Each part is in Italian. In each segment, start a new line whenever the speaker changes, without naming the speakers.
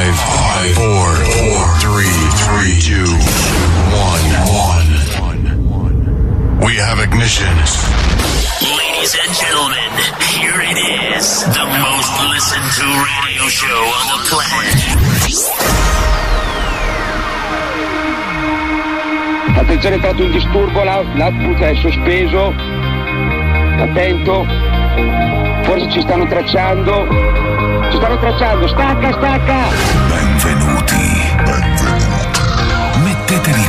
five, four, four, three, three, two, one, one. We have ignition.
Ladies and gentlemen, here it is, the most listened to radio show on the planet.
Attenzione, è fatto un disturbo, l'out- l'output è sospeso. Attento. Forse ci stanno tracciando. Ci stanno tracciando. Stacca, stacca.
Benvenuti. Mettetevi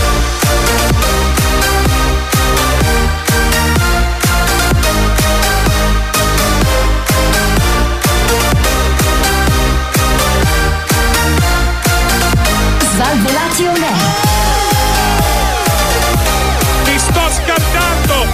Svalvolati on air.
Ti sto scaldando!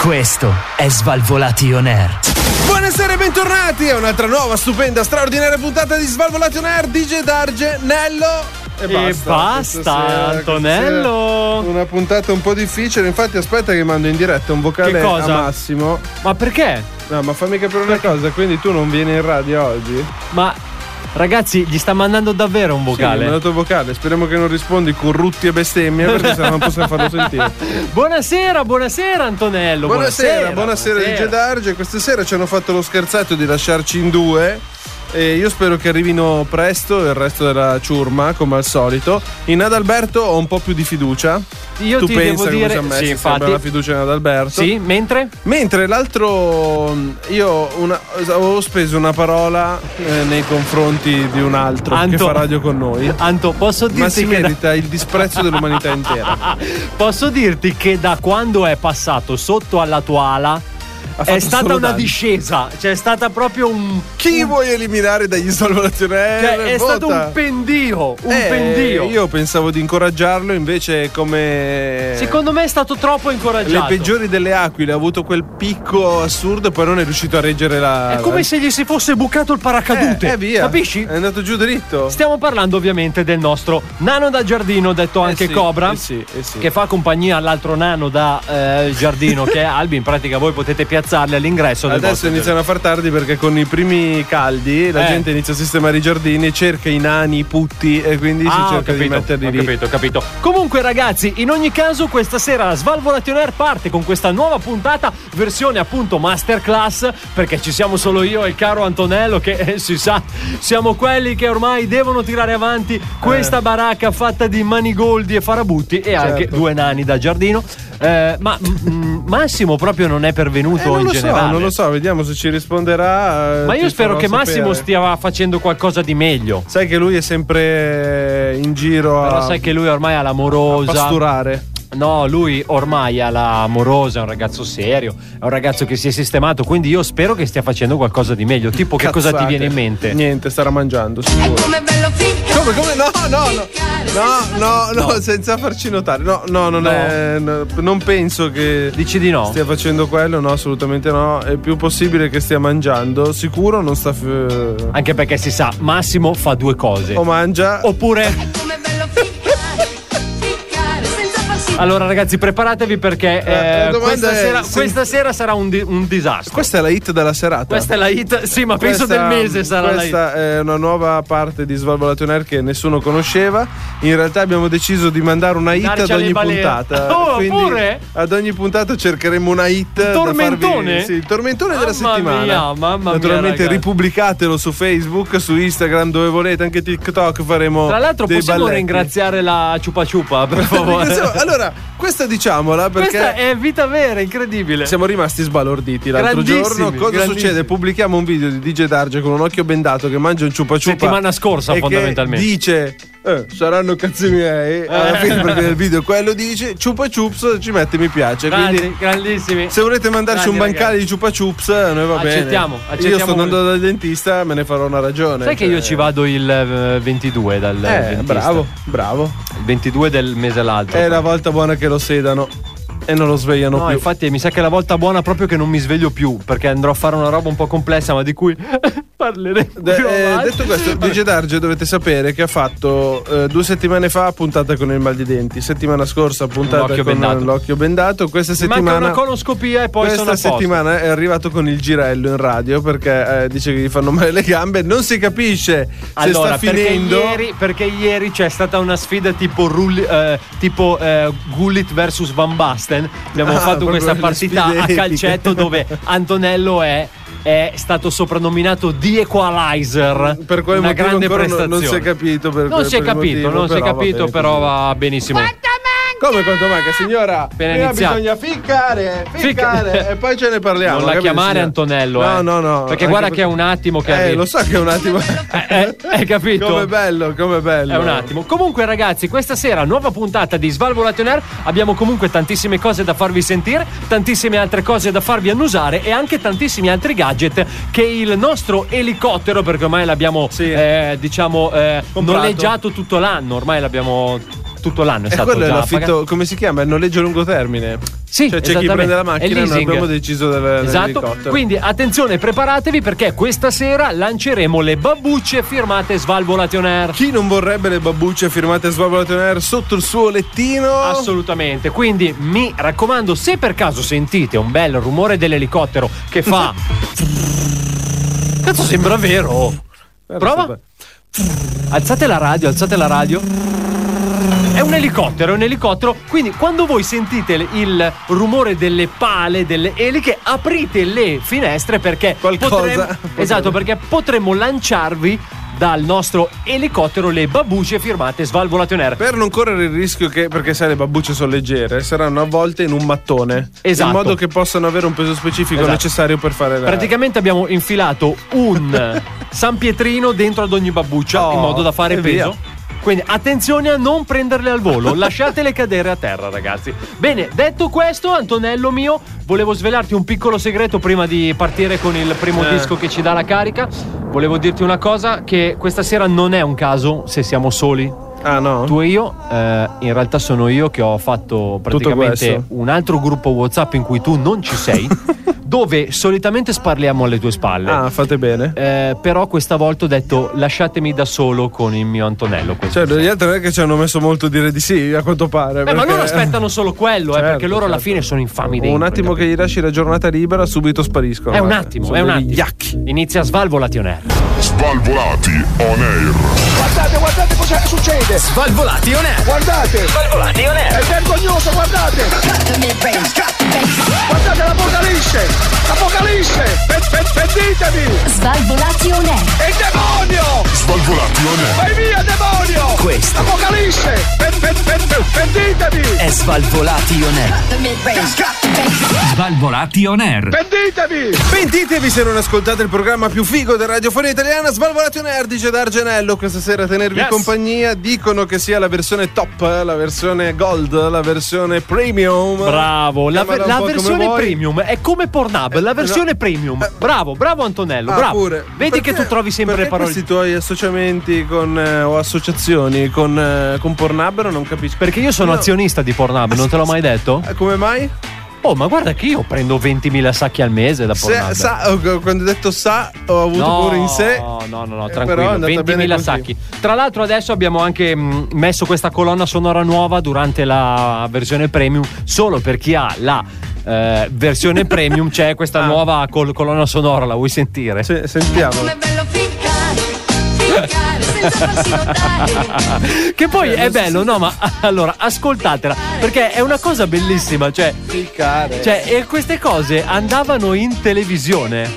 Questo è Svalvolati On Air.
Buonasera e bentornati a un'altra nuova, stupenda, straordinaria puntata di Svalvolation Air, DJ Darge, Nello e
E
basta.
basta, Antonello.
questa sera Una puntata un po' difficile, infatti aspetta che mando in diretta un vocale
Che cosa?
a Massimo.
Ma perché?
No, ma fammi capire una cosa, quindi tu non vieni in radio oggi?
Ma ragazzi, gli sta mandando davvero un
Sì, mi ha
vocale.
mandato vocale, speriamo che non rispondi con rutti e bestemmie perché sennò non possiamo farlo sentire.
buonasera, buonasera Antonello.
Buonasera, buonasera, DJ Darge. Questa sera ci hanno fatto lo scherzato di lasciarci in due. E io spero che arrivino presto il resto della ciurma, come al solito. In Adalberto ho un po' più di fiducia.
Io
tu
ti
pensa
devo
come
dire-
ci ha messo
sì,
sempre
infatti.
la fiducia in Adalberto.
Sì, mentre?
Mentre l'altro, mh, io una- avevo speso una parola eh, nei confronti di un altro che
Anto-
fa radio con noi.
Anto, posso dirti
Ma si
che da-
merita il disprezzo dell'umanità intera.
Posso dirti che da quando è passato sotto alla tua ala è
fatto
stata
solo
una
danni.
discesa, cioè è stata proprio un
Chi vuoi eliminare dagli salvazione?
cioè, è stato un pendio, un
Eh,
pendio.
Io pensavo di incoraggiarlo, invece, come.
Secondo me è stato troppo
le
incoraggiato.
peggiori delle aquile ha avuto quel picco assurdo e poi non è riuscito a reggere la.
È come se gli si fosse bucato il paracadute.
Eh, eh, via.
Capisci?
È andato giù dritto.
Stiamo parlando ovviamente del nostro nano da giardino, detto anche
sì,
Cobra,
eh sì, eh sì.
che fa compagnia all'altro nano da eh, giardino che è Albi. In pratica voi potete piazzarli all'ingresso del
Adesso
vostro
iniziano a far tardi perché con i primi caldi la
cioè. Eh.
gente inizia a sistemare i giardini, cerca i nani, i putti e quindi
giardino.
si
Ah, ho
cerca di
capito,
metterli
ho
lì.
capito, ho capito. Comunque, ragazzi, in ogni caso, questa sera la Svalvolation Air parte con questa nuova puntata, versione appunto masterclass, perché ci siamo solo io e il caro Antonello, che eh, si sa, siamo quelli che ormai devono tirare avanti
Eh.
questa baracca fatta di manigoldi e farabutti e anche
Certo.
due nani da giardino. Eh, ma mm, mm, Massimo proprio non è pervenuto
Eh, non
in
lo
generale.
so, non lo so, vediamo se ci risponderà. eh,
Ma io
ti
spero
farò
che Massimo
sapere.
stia facendo qualcosa di meglio.
Sai che lui è sempre in giro
Però
a
sai che lui ormai ha
a
l'amorosa.
pasturare.
No, lui ormai ha la amorosa, è un ragazzo serio, è un ragazzo che si è sistemato, quindi io spero che stia facendo qualcosa di meglio. Tipo, che cosa ti
Cazzate.
viene in mente?
Niente, starà mangiando, sicuro.
Come bello ficcare.
Come, come? No, no, no. No, no, no, senza farci notare. No, no, non
No.
è. no, non penso che.
Dici di no?
Stia facendo quello, no, assolutamente no. È più possibile che stia mangiando. Sicuro non sta. f-
Anche perché si sa, Massimo fa due cose.
o mangia.
Oppure,
Come bello ficcare. Ficcare senza farsi
allora ragazzi, preparatevi perché
Eh, la
eh,
domanda
questa,
è
sera,
se-
questa sera sarà un, di- un disastro.
Questa è la hit della serata.
Questa è la hit, sì, ma penso
Questa-
del mese sarà la hit.
Questa è una nuova parte di Svalvolation Air che nessuno conosceva. In realtà abbiamo deciso di mandare una hit ad
Darci alle
ogni
balee.
puntata.
Oh,
Quindi
pure?
ad ogni puntata cercheremo una hit. da
tormentone?
farvi- sì, il tormentone della
Mamma
settimana.
mia, mamma mia,
Naturalmente
ragazzi.
ripubblicatelo su Facebook, su Instagram, dove volete, anche TikTok faremo.
Tra l'altro,
dei
possiamo
balletti.
ringraziare la ciupa ciupa, per
Ringraziamo-
favore.
Allora, questa diciamola perché
Questa è vita vera, incredibile.
siamo rimasti sbalorditi l'altro
Grandissimi,
giorno. Cosa
grandissimi.
succede? Pubblichiamo un video di DJ Darge con un occhio bendato che mangia un ciupa ciupa.
Settimana scorsa,
e che
fondamentalmente. Eh.
dice eh, saranno cazzi miei. Alla fine, perché nel video quello dice ciupa chups, ci mette mi piace.
Grandi,
Quindi,
grandissimi.
se volete mandarci
Grandi
un bancale
ragazzi.
di ciupa chups, a noi va bene.
Accettiamo,
Io
accettiamo
sto andando dal dentista, me ne farò una ragione.
Sai che
cioè-
io ci vado il eh, 22 dal
Eh,
dentista?
bravo, bravo.
Il 22 del mese l'altro.
È la volta buona che lo sedano e non lo svegliano
No,
più.
infatti mi sa che è la volta buona proprio che non mi sveglio più, perché andrò a fare una roba un po' complessa, ma di cui parleremo.
De-
più
eh,
avanti.
detto questo,
Vabbè.
DJ Darge dovete sapere che ha fatto eh, due settimane fa puntata con il mal di denti, settimana scorsa puntata
L'occhio
con
bendato.
l'occhio bendato, questa
Manca
settimana
una coloscopia e poi
questa
sono a posto.
settimana è arrivato con il girello in radio perché eh, dice che gli fanno male le gambe, non si capisce
Allora,
se sta finendo.
Perché ieri, perché ieri c'è stata una sfida tipo, Rulli- eh, tipo eh, Gullit versus Van Basten. Abbiamo
Ah,
fatto
proprio
questa
le
partita
sfide
a
etiche.
calcetto dove Antonello è, è stato soprannominato The Equalizer.
Per quale
una
motivo
grande
ancora non-
prestazione.
non si è capito per-
non
per-
si è
per il
capito,
motivo,
non si è
però va
capito,
bene
però
così.
va benissimo.
Come quanto manca, signora?
Appena
Prima
iniziato.
bisogna ficcare, ficcare
Fic-
e poi ce ne parliamo.
non la
capito,
chiamare
signora?
Antonello,
No,
eh.
no, no.
Perché
anche
guarda che è un attimo che
Eh,
arrivi.
lo so che è un attimo.
Eh, eh, hai capito?
Come bello, come bello.
È un attimo. Comunque, ragazzi, questa sera nuova puntata di Svalvolation Air. Abbiamo comunque tantissime cose da farvi sentire, tantissime altre cose da farvi annusare e anche tantissimi altri gadget che il nostro elicottero, perché ormai l'abbiamo,
Sì.
eh, diciamo, eh,
Comprato.
noleggiato tutto l'anno. Ormai l'abbiamo. Tutto l'anno è
E
stato
quello è
già
l'affitto,
pagato.
come si chiama? Il noleggio a lungo termine.
Sì,
Cioè, c'è chi
esattamente.
prende la
È
macchina e non
leasing.
abbiamo deciso del,
Esatto,
dell'elicottero.
quindi attenzione, preparatevi perché questa sera lanceremo le babbucce firmate Svalvolation Air.
Chi non vorrebbe le babbucce firmate Svalvolation Air sotto il suo lettino?
Assolutamente, quindi mi raccomando, se per caso sentite un bel rumore dell'elicottero che fa. Cazzo, sembra vero! Prova? Alzate la radio, alzate la radio. È un elicottero, è un elicottero. Quindi, quando voi sentite il- il rumore delle pale, delle eliche, aprite le finestre perché
Qualcosa
potremmo-
potrebbe-
esatto, perché potremmo lanciarvi dal nostro elicottero le babucce firmate Svalvolation Air.
Per non correre il rischio che, perché sai, le babbucce sono leggere, saranno avvolte in un mattone.
Esatto.
In modo che possano avere un peso specifico
Esatto.
necessario per fare la.
Praticamente abbiamo infilato un San Pietrino dentro ad ogni babbuccia
Oh,
in modo da fare
e
peso.
via.
Quindi attenzione a non prenderle al volo, lasciatele cadere a terra, ragazzi. Bene, detto questo, Antonello mio, volevo svelarti un piccolo segreto prima di partire con il primo
Eh.
disco che ci dà la carica. Volevo dirti una cosa che questa sera non è un caso se siamo soli
Ah, no?
tu e io, eh, in realtà sono io che ho fatto praticamente
questo.
un altro gruppo WhatsApp in cui tu non ci sei, dove solitamente sparliamo alle tue spalle.
Ah, fate bene.
Eh, però questa volta ho detto lasciatemi da solo con il mio Antonello. questa
Cioè,
sera.
gli altri non è che ci hanno messo molto a dire di sì, a quanto pare.
Eh, ma
perché-
loro aspettano solo quello, eh,
Certo,
perché loro alla
certo.
fine sono infami dentro.
Un attimo che
capito?
gli lasci la giornata libera, subito spariscono.
È un
guarda.
attimo,
Sono
è un
degli
attimo.
Iacchi.
Inizia Svalvolation Air.
Svalvolati on air.
Guardate, guardate cosa succede!
Svalvolation Air.
Guardate!
Svalvolation Air.
È vergognoso, guardate! Guardate l'apocalisse! L'apocalisse! Pe- pe- Pentitevi!
Svalvolation Air.
È il demonio!
Svalvolati on air.
Vai via, demonio!
Questo.
Apocalisse! Pe- pe- pe- pe- Pentitevi!
È Svalvolation Air. Svalvolation Air.
Pentitevi!
Pentitevi se non ascoltate il programma più figo della radiofonia italiana, Svalvolati un erdice d'Argenello. Questa sera a tenervi
Yes.
compagnia. Dicono che sia la versione top, eh, la versione gold, la versione premium.
Bravo, la,
Chiamala un
la
po' come
versione
vuoi.
premium è come Pornhub, la versione
no.
premium.
Eh.
Bravo, bravo Antonello,
Ah,
bravo.
pure.
Vedi
Perché-
che tu trovi sempre le
perché
parole.
Questi tuoi associamenti con, eh, o associazioni con, eh, con Pornhub non capisco.
Perché io sono
No.
azionista di Pornhub, non te l'ho mai detto?
Eh, Come mai?
Oh, ma guarda che io prendo 20.000 sacchi al mese da
Se-
Pornhub.
sa- oh, quando ho detto sa, ho avuto
no,
pure in sé.
No, no, no, no,
Eh, però è
tranquillo.
andata bene
20.000
così.
sacchi. Tra l'altro, adesso abbiamo anche mh, messo questa colonna sonora nuova durante la versione premium. Solo per chi ha la eh, versione premium c'è questa
Ah.
nuova col- colonna sonora. La vuoi sentire?
Se- sentiamo.
Com'è bello ficcare, ficcare senza farsi notare.
che poi è bello, no? Ma allora ascoltatela perché è una cosa bellissima. Cioè,
Ficcare.
cioè e queste cose andavano in televisione.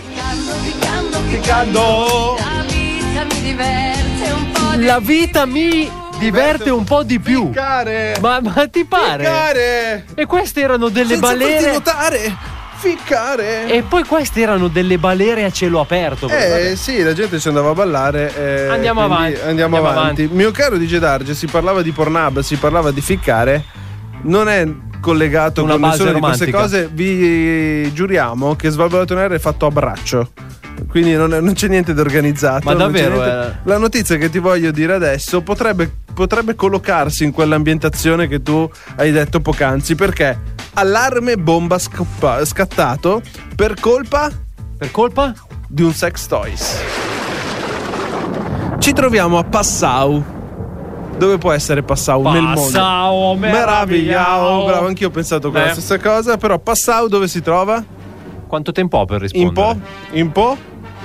Ficcando, ficcando, ficcando. La vita mi diverte un po'. di-
La vita mi diverte un po' di più.
Ficcare.
Ma, ma ti pare?
Ficcare.
E queste erano delle
Senza farti
balene.
notare. ficcare.
E poi queste erano delle balere a cielo aperto.
Eh
guardate.
sì, la gente ci andava a ballare. eh,
Andiamo
quindi
avanti,
Andiamo,
andiamo
avanti. Mio caro DJ Darge, si parlava di Pornhub, si parlava di ficcare. Non è collegato
Una
con
base
nessuna di queste
romantica.
cose. Vi giuriamo che Svalvolato Nero è fatto a braccio. Quindi non, non c'è niente di organizzato.
Ma
non c'è
davvero,
niente-
eh?
La notizia che ti voglio dire adesso potrebbe, potrebbe collocarsi in quell'ambientazione che tu hai detto poc'anzi. Perché allarme bomba scoppa- scattato per colpa
Per colpa?
di un sex toys. Ci troviamo a Passau. Dove può essere Passau nel mondo?
Passao,
Meravigliao,
meravigliao.
oh, bravo, anch'io ho pensato quella
Eh.
stessa cosa, però Passau dove si trova?
Quanto tempo ho per rispondere?
In Po? In Po?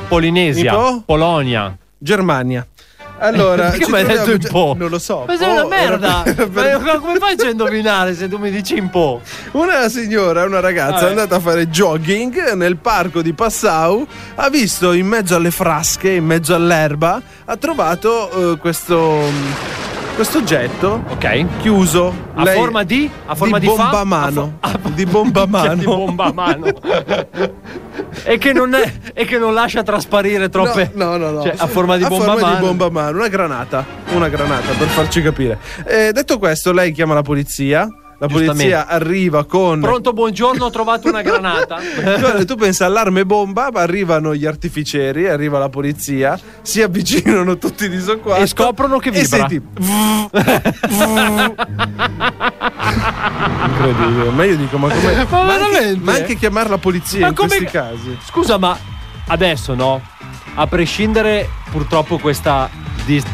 Polinesia,
In po'?
Polonia.
Germania. Allora,
Perché
ci
mi hai detto
troviamo-
in po'?
Non lo so.
Ma sei una
Po
merda!
era- era per-
Ma come faccio a indovinare se tu mi dici un po'?
Una signora, una ragazza
Ah, eh.
è andata a fare jogging nel parco di Passau, ha visto in mezzo alle frasche, in mezzo all'erba, ha trovato eh, questo questo oggetto
Ok.
chiuso
A
Lei-
forma di? A forma di,
bomba
fa?
a mano
A fo- a-
di bomba a
Minchia,
mano
di bomba a mano. e, che non è- e che non lascia trasparire troppe.
No, no, no. no.
Cioè, a forma di
A
bomba a
forma
mano.
di bomba a mano, una granata. Una granata, per farci capire. Eh, detto questo, lei chiama la polizia. La polizia
Giustamente.
arriva con.
Pronto, buongiorno, ho trovato una granata.
Guarda, Eh, tu pensa allarme bomba, ma arrivano gli artificieri, arriva la polizia, si avvicinano tutti di soccorso
E scoprono che
E
vibra.
senti. Incredibile, ma io dico, ma come.
Ma
anche,
veramente?
ma anche chiamare la polizia
Ma
in
come-
questi casi.
Scusa, ma adesso no? A prescindere purtroppo questa dis-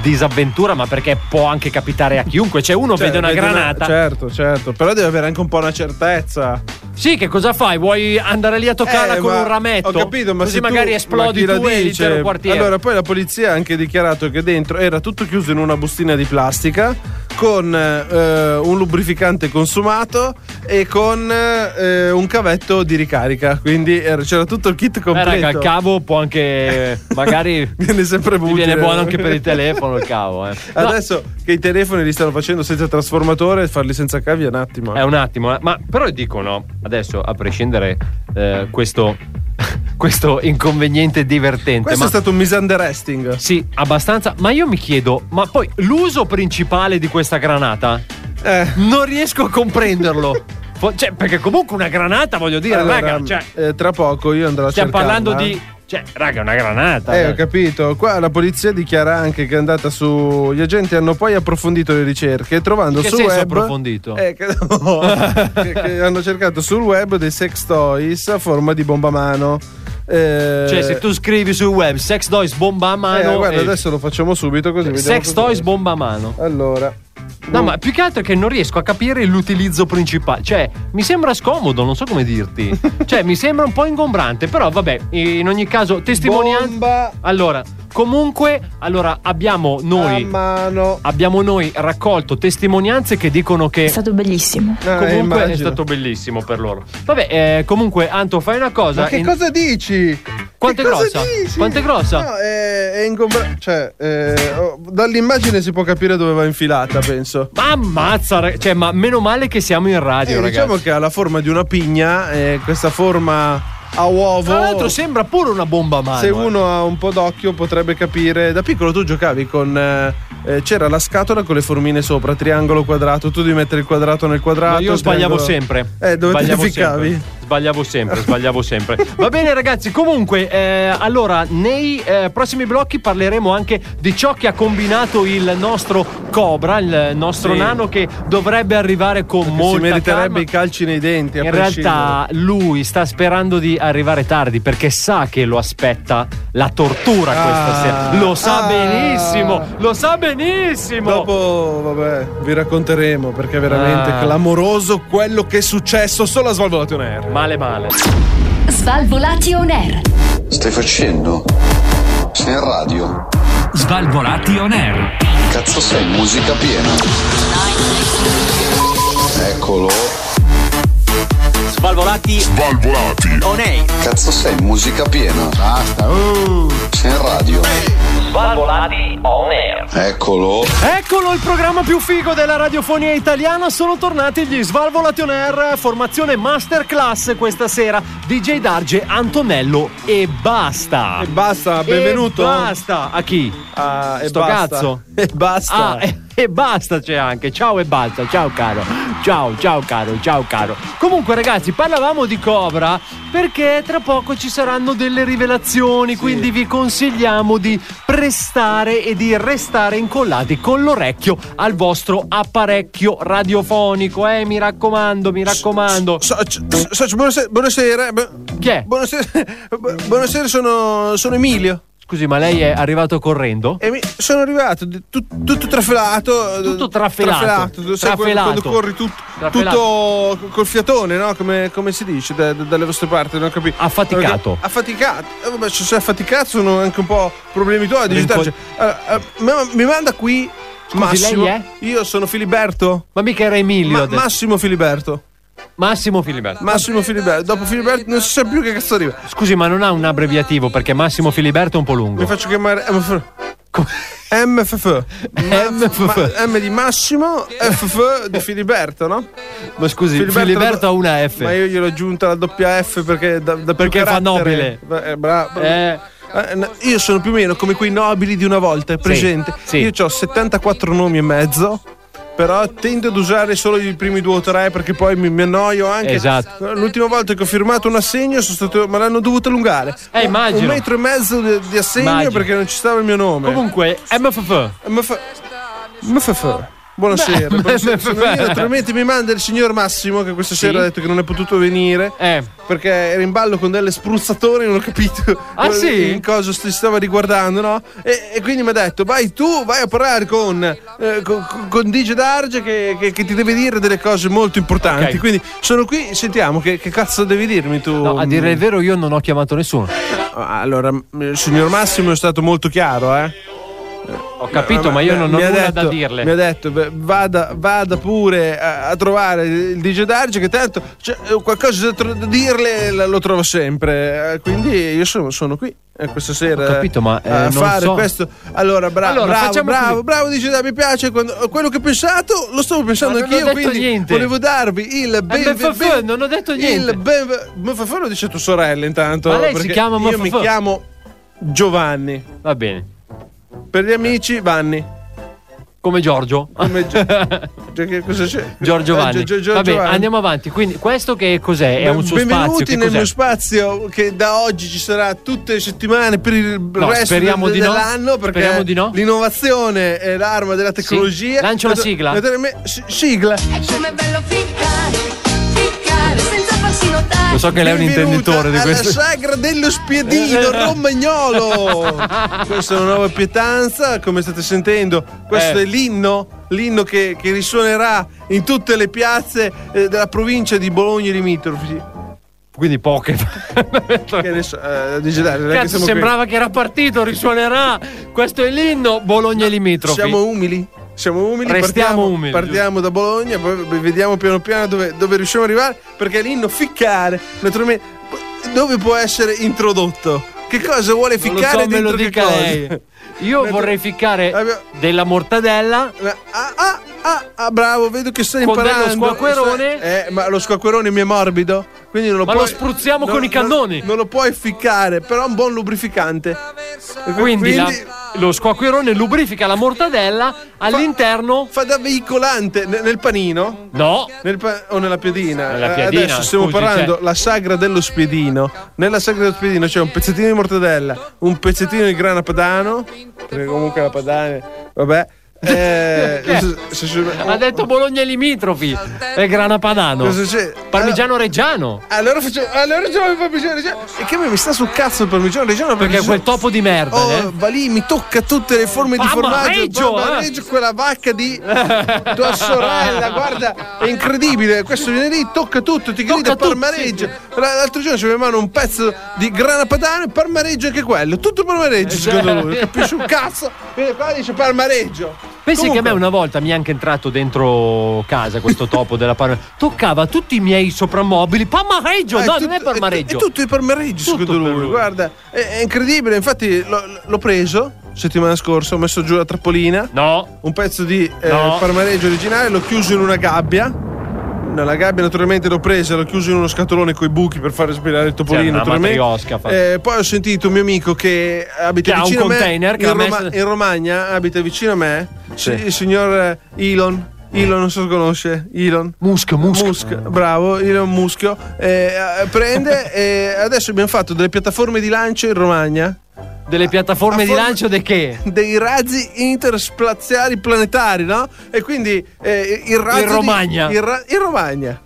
disavventura, ma perché può anche capitare a chiunque. Cioè, uno
Cioè,
vede una
vedi
granata.
certo, certo. Però deve avere anche un po' una certezza.
Sì, che cosa fai? Vuoi andare lì a toccarla
Eh,
con
ma-
un rametto?
Ho capito, ma
Così
se tu-
magari
ma
esplodi
chi la
tu e
dice?
l'intero quartiere.
Allora, poi la polizia ha anche dichiarato che dentro era tutto chiuso in una bustina di plastica con eh, un lubrificante consumato e con eh, un cavetto di ricarica. Quindi era- c'era tutto il kit
Eh,
completo.
raga, il cavo può anche. Magari.
Viene sempre
ti
utile.
viene buono anche per il telefono il cavo. Eh. No,
Adesso che i telefoni li stanno facendo senza trasformatore, farli senza cavi è un attimo.
È un attimo, eh. ma però dico no, adesso a prescindere eh, questo, questo inconveniente divertente.
Questo
ma...
è stato un misunderstanding.
Sì, abbastanza, ma io mi chiedo, ma poi l'uso principale di questa granata
Eh.
non riesco a comprenderlo. Fo- cioè, perché comunque una granata, voglio dire,
Allora,
raga, cioè,
eh, tra poco io andrò a
stiamo
cercarla.
parlando di cioè, raga, una granata.
Eh, ho capito. Qua la polizia dichiara anche che è andata su. Gli agenti hanno poi approfondito le ricerche, trovando
In che
sul
senso
web.
approfondito?
Eh, che... no. Che- che hanno cercato sul web dei sex toys a forma di bomba a mano. Eh,
Cioè, se tu scrivi sul web sex toys bomba a mano
eh, guarda,
e- Cioè,
adesso lo facciamo subito così. vediamo
sex
cosa-
toys bomba a mano.
Allora.
No, ma più che altro è che non riesco a capire l'utilizzo principale. Cioè, mi sembra scomodo, non so come dirti. cioè, mi sembra un po' ingombrante, però vabbè, in ogni caso, testimonianza.
Bomba
Allora, comunque, allora abbiamo
a
noi
mano.
abbiamo noi raccolto testimonianze che dicono che
bellissimo.
Eh,
Ah, comunque è
immagino.
stato bellissimo per loro. Vabbè, eh, comunque Anto fai una cosa,
Ma che
in-
cosa dici?
Quanto
Che
è
cosa
grossa?
dici?
Quanto è grossa?
No, è, è ingombrante. Cioè, eh, oh, dall'immagine si può capire dove va infilata, penso.
Ma ammazza, rag- cioè, ma meno male che siamo in radio,
Eh,
ragazzi.
diciamo che ha la forma di una pigna, eh, questa forma a uovo.
Tra l'altro sembra pure una bomba a mano.
se
eh.
uno ha un po' d'occhio potrebbe capire. Da piccolo tu giocavi con. eh, eh, c'era la scatola con le formine sopra, triangolo, quadrato. Tu devi mettere il quadrato nel quadrato.
No, io
il
sbagliavo
triangolo-
sempre.
Eh, dove
sbagliavo
ti ficcavi?
sempre. Sbagliavo sempre, sbagliavo sempre. Va bene, ragazzi. Comunque, eh, allora, nei eh, prossimi blocchi parleremo anche di ciò che ha combinato il nostro Cobra, il nostro
Sì.
nano che dovrebbe arrivare con
Che
molta
si meriterebbe
calma.
i calci nei denti. a
In
prescindere.
realtà lui sta sperando di arrivare tardi perché sa che lo aspetta la tortura questa
Ah.
sera. Lo sa
Ah.
benissimo, lo sa benissimo.
Dopo, vabbè, vi racconteremo perché è veramente
Ah.
clamoroso quello che è successo solo a Svalvolato in Air.
Male male.
Svalvolati on air.
Stai facendo? Sei in radio?
Svalvolati on air.
Cazzo sei, musica piena. Eccolo.
Svalvolati
Svalvolati.
on air.
Cazzo sei, musica piena. Basta. Sei in radio?
Svalvolati on air.
Eccolo.
Eccolo il programma più figo della radiofonia italiana. Sono tornati gli Svalvolati on air, formazione masterclass questa sera. DJ Darge, Antonello e basta.
E basta, benvenuto.
E basta. A chi?
Ah, e
Sto
basta.
cazzo.
E basta.
Ah, e, e basta c'è anche. Ciao e basta. Ciao caro. Ciao, ciao caro, ciao caro. Comunque ragazzi, parlavamo di Cobra perché tra poco ci saranno delle rivelazioni, quindi vi consigliamo di prestare e di restare incollati con l'orecchio al vostro apparecchio radiofonico, eh, mi raccomando, mi raccomando.
Soc, soc, buonasera. Buonasera.
Chi è?
Buonasera, bu- buonasera sono, sono Emilio.
Scusi, ma lei è arrivato correndo?
E mi- sono arrivato di- tu- tutto trafelato.
Tutto trafelato.
tu sai, quando-
Trafelato.
Quando, corri tut-
Trafelato.
tutto col fiatone, no? Come, come si dice da- da- dalle vostre parti? Non ho capito.
Affaticato.
Perché- Affaticato. Eh, vabbè, se sei affaticato sono anche un po' problemi tuoi. dici, dai,
Rinco-
cioè, eh, eh, ma- mi manda qui Massimo.
lei è?
Io sono Filiberto.
Ma mica era Emilio.
Ma-
adesso.
Massimo Filiberto.
Massimo Filiberto.
Massimo Filiberto. Dopo Filiberto non si sa più che cazzo arriva.
Scusi, ma non ha un abbreviativo perché Massimo Filiberto è un po' lungo.
Mi faccio chiamare MFF.
Come-
MFF. Ma-
MFF.
ma- M di Massimo, FF di Filiberto, no?
Ma scusi, Filiberto, ha una F.
Ma io gliel'ho aggiunta la doppia F perché da, da più
Perché fa
carattere.
nobile.
Beh, eh, bravo.
Eh.
Eh, no, io sono più o meno come quei nobili di una volta, è presente.
sì.
Io ho 74 nomi e mezzo. Però tendo ad usare solo i primi due o tre perché poi mi, mi annoio anche.
Esatto.
L'ultima volta che ho firmato un assegno sono stato, me l'hanno dovuto allungare.
Eh,
Un-
immagino.
Un metro e mezzo di, di assegno
Immagino.
perché non ci stava il mio nome.
Comunque, MFF.
MF... MFF. Buonasera,
Beh,
buonasera.
MFF.
Sono io, naturalmente mi manda il signor Massimo che questa
Sì.
sera ha detto che non è potuto venire
Eh.
perché era in ballo con delle spruzzatori, non ho capito
Ah, sì?
in cosa si stava riguardando, no? E, e quindi mi ha detto vai tu, vai a parlare con, eh, con, con DJ Darge che, che- che ti deve dire delle cose molto importanti.
Ok.
Quindi sono qui, sentiamo che, che cazzo devi dirmi tu.
No, a dire il vero io non ho chiamato nessuno.
Allora, il signor Massimo è stato molto chiaro, eh?
Ho capito, ma io non ho
Mi ha
nulla da
detto-
dirle.
Mi ha detto, beh, vada, vada pure a, a trovare il DJ Darge, che tanto c'è qualcosa da, tro- da dirle la- lo trovo sempre. Eh, Quindi io sono, sono qui eh, questa sera.
Ho capito, ma, eh,
a
non
fare
so.
questo. Allora, bra-
Allora,
bravo,
facciamo
bravo,
così.
bravo DJ Darge, mi piace. quando- quello che ho pensato lo stavo pensando
Ma non ho
anch'io,
detto
quindi
niente. Eh,
volevo darvi il benvenuto.
MFF, non ho detto niente.
Il benve- MFF lo dice tua sorella intanto.
Ma lei si
perché
chiama
Io mi
MFF?
chiamo Giovanni.
Va bene.
Per gli amici, Vanni.
Come Giorgio.
Come Gio- Cioè, che cosa c'è?
Giorgio Vanni.
Eh, Gio- Gio-
Vabbè,
Giovanni.
andiamo avanti. Quindi, questo che cos'è? È un suo
Benvenuti
spazio. Che
nel
cos'è?
mio spazio che da oggi ci sarà tutte le settimane per il
No,
resto
speriamo
del-
di no.
dell'anno perché
Speriamo di no.
l'innovazione è l'arma della tecnologia.
Lancio la sigla.
Naturalmente- si- sigla.
È come bello ficcare, ficcare senza farsi notare.
Lo so che lei è un
Benvenuta
intenditore di
alla
questo.
sagra dello spiedino romagnolo. Questa è una nuova pietanza, come state sentendo. Questo
Eh.
è l'inno, l'inno che, che risuonerà in tutte le piazze eh, della provincia di Bologna e limitrofi.
Quindi poche.
Che adesso, eh, dice, dai, non è che
Certo. Cazzo,
siamo qui.
sembrava che era partito, risuonerà. Questo è l'inno Bologna limitrofi.
Siamo umili. Siamo umili,
Restiamo
partiamo,
umili.
partiamo da Bologna, poi v- vediamo piano piano dove, dove riusciamo ad arrivare, perché l'inno ficcare, naturalmente, p- dove può essere introdotto? Che cosa vuole
Non lo
ficcare
so, me
dentro
lo
che
dica
cosa?
lei. Io
Mentre-
vorrei ficcare
Abbiamo-
della mortadella.
Ah, ah, ah, ah, bravo, vedo che stai
Con dello
imparando.
squacquerone?
Eh, ma lo squacquerone mi è morbido, quindi non lo
Ma
puoi-
lo spruzziamo
non-
con i cannoni.
Non, non lo puoi ficcare, però è un buon lubrificante. E qui-
Quindi, la- lo squacquerone lubrifica la mortadella all'interno.
fa da veicolante ne- nel panino.
No,
Nel pa- o nella piedina.
Nella
Eh,
piadina,
Adesso stiamo
scusi,
parlando
cioè-
la sagra dello spiedino. Nella sagra dello spiedino c'è un pezzettino di mortadella, un pezzettino di grana padano, perché comunque la padana, vabbè. Eh,
Che?
se- se- se-
ha detto Bologna limitrofi e grana padano.
Oh. Cosa c'è?
Parmigiano reggiano.
Allora facciamo allora facciamo il parmigiano reggiano. E che a me mi sta sul cazzo il parmigiano reggiano
Perché è quel topo di merda.
Oh,
eh.
va lì, mi tocca tutte le forme di
Mamma
formaggio.
Reggio,
Mamma
eh.
Reggio, quella vacca di tua sorella, guarda, è incredibile. Questo viene lì, tocca tutto, ti grida
tutto,
parmareggio. L'altro giorno c'aveva in mano un pezzo di grana padano e parmareggio anche quello. Tutto parmareggio,
Esatto.
secondo lui. Capisci un cazzo? Viene qua e dice parmareggio.
Pensi che a me
Comunque-
una volta mi è anche entrato dentro casa questo topo della parma. Toccava tutti i miei soprammobili. Palmareggio!
Eh,
no,
tut-
non è
è
palmareggio.
tu- È tutto il parmareggio,
Tutto
secondo
per
lui.
lui.
Guarda, è, è incredibile. Infatti, l'ho, l'ho preso. settimana scorsa ho messo giù la trappolina,
No.
un pezzo di eh,
No.
parmareggio originale, l'ho chiuso in una gabbia. La gabbia naturalmente l'ho presa, l'ho chiuso in uno scatolone con i buchi per far respirare il topolino.
una
naturalmente.
matriosca, fa.
Eh, poi ho sentito un mio amico che abita
Che ha un
vicino a me,
container che
in,
ha messo-
Roma- in Romagna, abita vicino a me, si- il signor eh, Elon. Elon non so se conosce, Elon.
Muschio, muschio.
Musk, bravo, Elon Muschio. eh, eh, prende e adesso abbiamo fatto delle piattaforme di lancio in Romagna.
Delle piattaforme
a
di
forma-
lancio di che?
Dei razzi interspaziali planetari, no? E quindi eh, il razzo.
In
di-
Romagna.
il ra- in Romagna.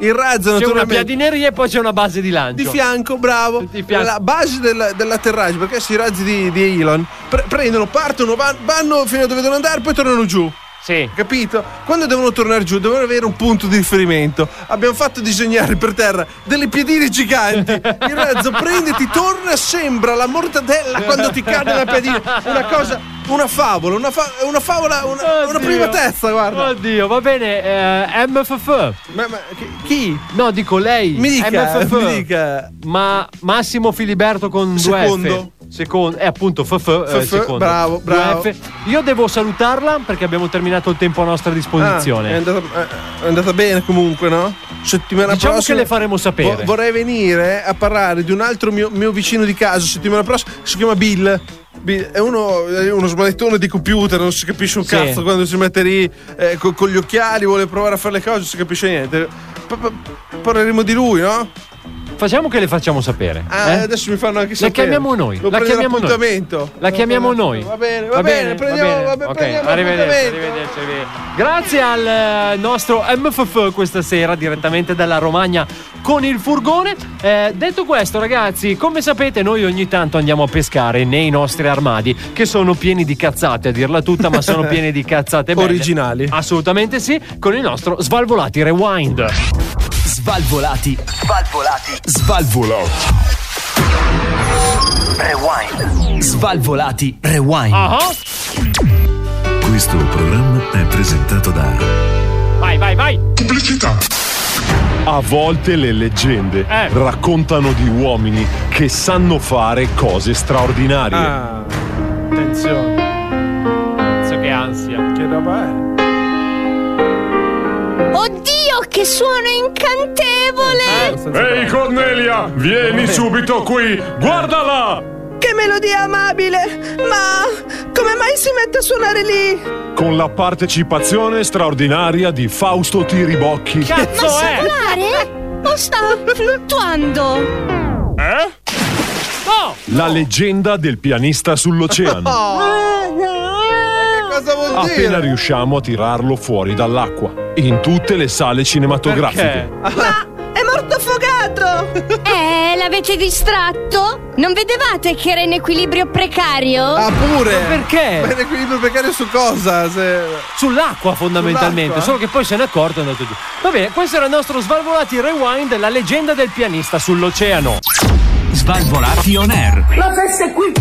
Il razzo
C'è una
naturalmente.
piadineria e poi c'è una base di lancio.
Di fianco, bravo.
Di fianco.
La base della- dell'atterraggio, perché questi razzi di, di Elon pre- prendono, partono, van- vanno fino a dove devono andare, poi tornano giù.
Sì.
Capito? Quando devono tornare giù devono avere un punto di riferimento. Abbiamo fatto disegnare per terra delle piedine giganti. Il razzo prende, ti torna, sembra la mortadella quando ti cade la piadina. Una cosa, una favola, una, fa- una favola, una, una
Oddio.
privatezza, guarda.
Oddio, va bene. eh, MFF.
Ma, ma chi- chi?
No, dico lei.
Mi dica,
MFF.
mi dica.
Ma Massimo Filiberto con
Secondo.
due F. Secondo. È appunto FF. eh,
FF,
secondo.
bravo,
Due
bravo.
F. Io devo salutarla perché abbiamo terminato il tempo a nostra
Ah,
disposizione.
è, andata, è andata bene comunque, no? Settimana
Diciamo che
prossima
le faremo sapere.
vo- vorrei venire a parlare di un altro mio, mio vicino di casa settimana prossima che si chiama Bill. Bill è uno, è uno smanettone di computer, non si capisce un
Sì.
cazzo quando si mette lì eh, co- con gli occhiali, vuole provare a fare le cose, non si capisce niente. Pa- pa- parleremo di lui, no?
Facciamo che le facciamo sapere.
Ah,
eh?
adesso mi fanno anche sapere.
chiamiamo noi,
Lo
la
prendo
chiamiamo noi.
l'appuntamento.
La
Lo
chiamiamo
prendo-
noi.
Va bene, va, bene, prendiamo, va bene,
Ok,
prendiamo
arrivederci,
l'appuntamento.
arrivederci, arrivederci. Grazie al eh, nostro MFF questa sera direttamente dalla Romagna con il furgone. Eh, detto questo, ragazzi, come sapete, noi ogni tanto andiamo a pescare nei nostri armadi che sono pieni di cazzate, a dirla tutta, ma sono pieni di cazzate belle.
Originali.
Assolutamente sì, con il nostro Svalvolati Rewind.
Svalvolati.
Svalvolati.
Svalvolati.
Rewind.
Svalvolati. Rewind.
Ah,
Questo programma è presentato da
Vai, vai, vai.
A volte le leggende
Eh.
raccontano di uomini che sanno fare cose straordinarie.
Ah, attenzione,
Cazzo, che ansia.
che roba è?
Oddio, che suono
Eh,
incantevole!
Eh.
Ehi Cornelia, vieni subito qui, guardala!
Che melodia amabile! Ma come mai si mette a suonare lì?
Con la partecipazione straordinaria di Fausto Tiribocchi.
Cazzo è?
Volare? O Oh, sta fluttuando?
Eh? No!
La leggenda del pianista sull'oceano.
Ah! Che Eh, cosa
Ah,
vuol
Appena
dire?
riusciamo a tirarlo fuori dall'acqua. In tutte le sale cinematografiche.
Perché?
È morto affogato!
Eh, l'avete distratto? Non vedevate che era in equilibrio precario?
Ah, pure!
Perché?
Ma l'equilibrio precario su cosa? Se...
Sull'acqua fondamentalmente,
Sull'acqua?
solo che poi se n'è accorto e è andato giù. Va bene, questo era il nostro Svalvolati Rewind, la leggenda del pianista sull'oceano.
Svalvolati on air.
La festa è qui!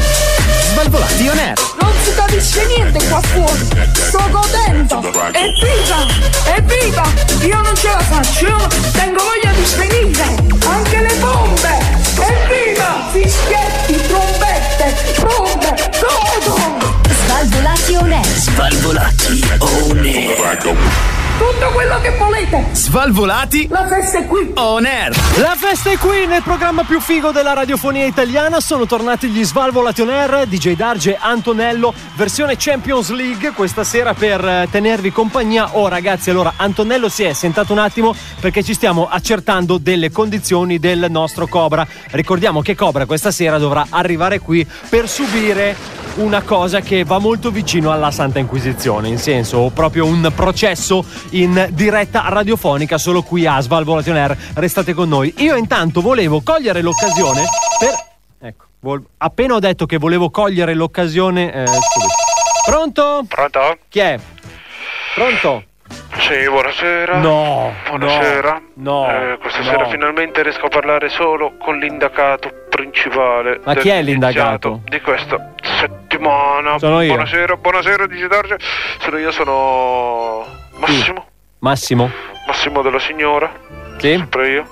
Svalvolati on air.
Non si capisce niente qua fuori! Sto godendo! Evviva! Evviva! Io non ce la faccio! Io tengo voglia di svenire! Anche le bombe! Evviva! Fischietti, trombette, bombe! Godo!
Svalvolati on air.
Svalvolati. Oh,
Tutto quello che volete!
Svalvolati
La festa è qui!
on air.
La festa è qui nel programma più figo della radiofonia italiana. Sono tornati gli Svalvolati on air, DJ Darge Antonello, versione Champions League questa sera per eh, tenervi compagnia. Oh ragazzi, allora Antonello si è sentato un attimo perché ci stiamo accertando delle condizioni del nostro Cobra. Ricordiamo che Cobra questa sera dovrà arrivare qui per subire una cosa che va molto vicino alla Santa Inquisizione, in senso proprio un processo in diretta radiofonica solo qui a Svalvolation Air. Restate con noi. Io intanto volevo cogliere l'occasione per... Ecco, vol- appena ho detto che volevo cogliere l'occasione... eh, subito. Pronto?
Pronto?
Chi è? Pronto?
Sì, buonasera.
No.
Buonasera.
No. no,
Eh, questa
no.
sera finalmente riesco a parlare solo con l'indagato principale.
Ma chi è
del
l'indagato?
iniziato Di questa settimana.
Sono io.
Buonasera, buonasera, dice Darge. Sono io, sono Massimo.
Massimo?
Massimo della signora.
Sì? eh,
Sempre io.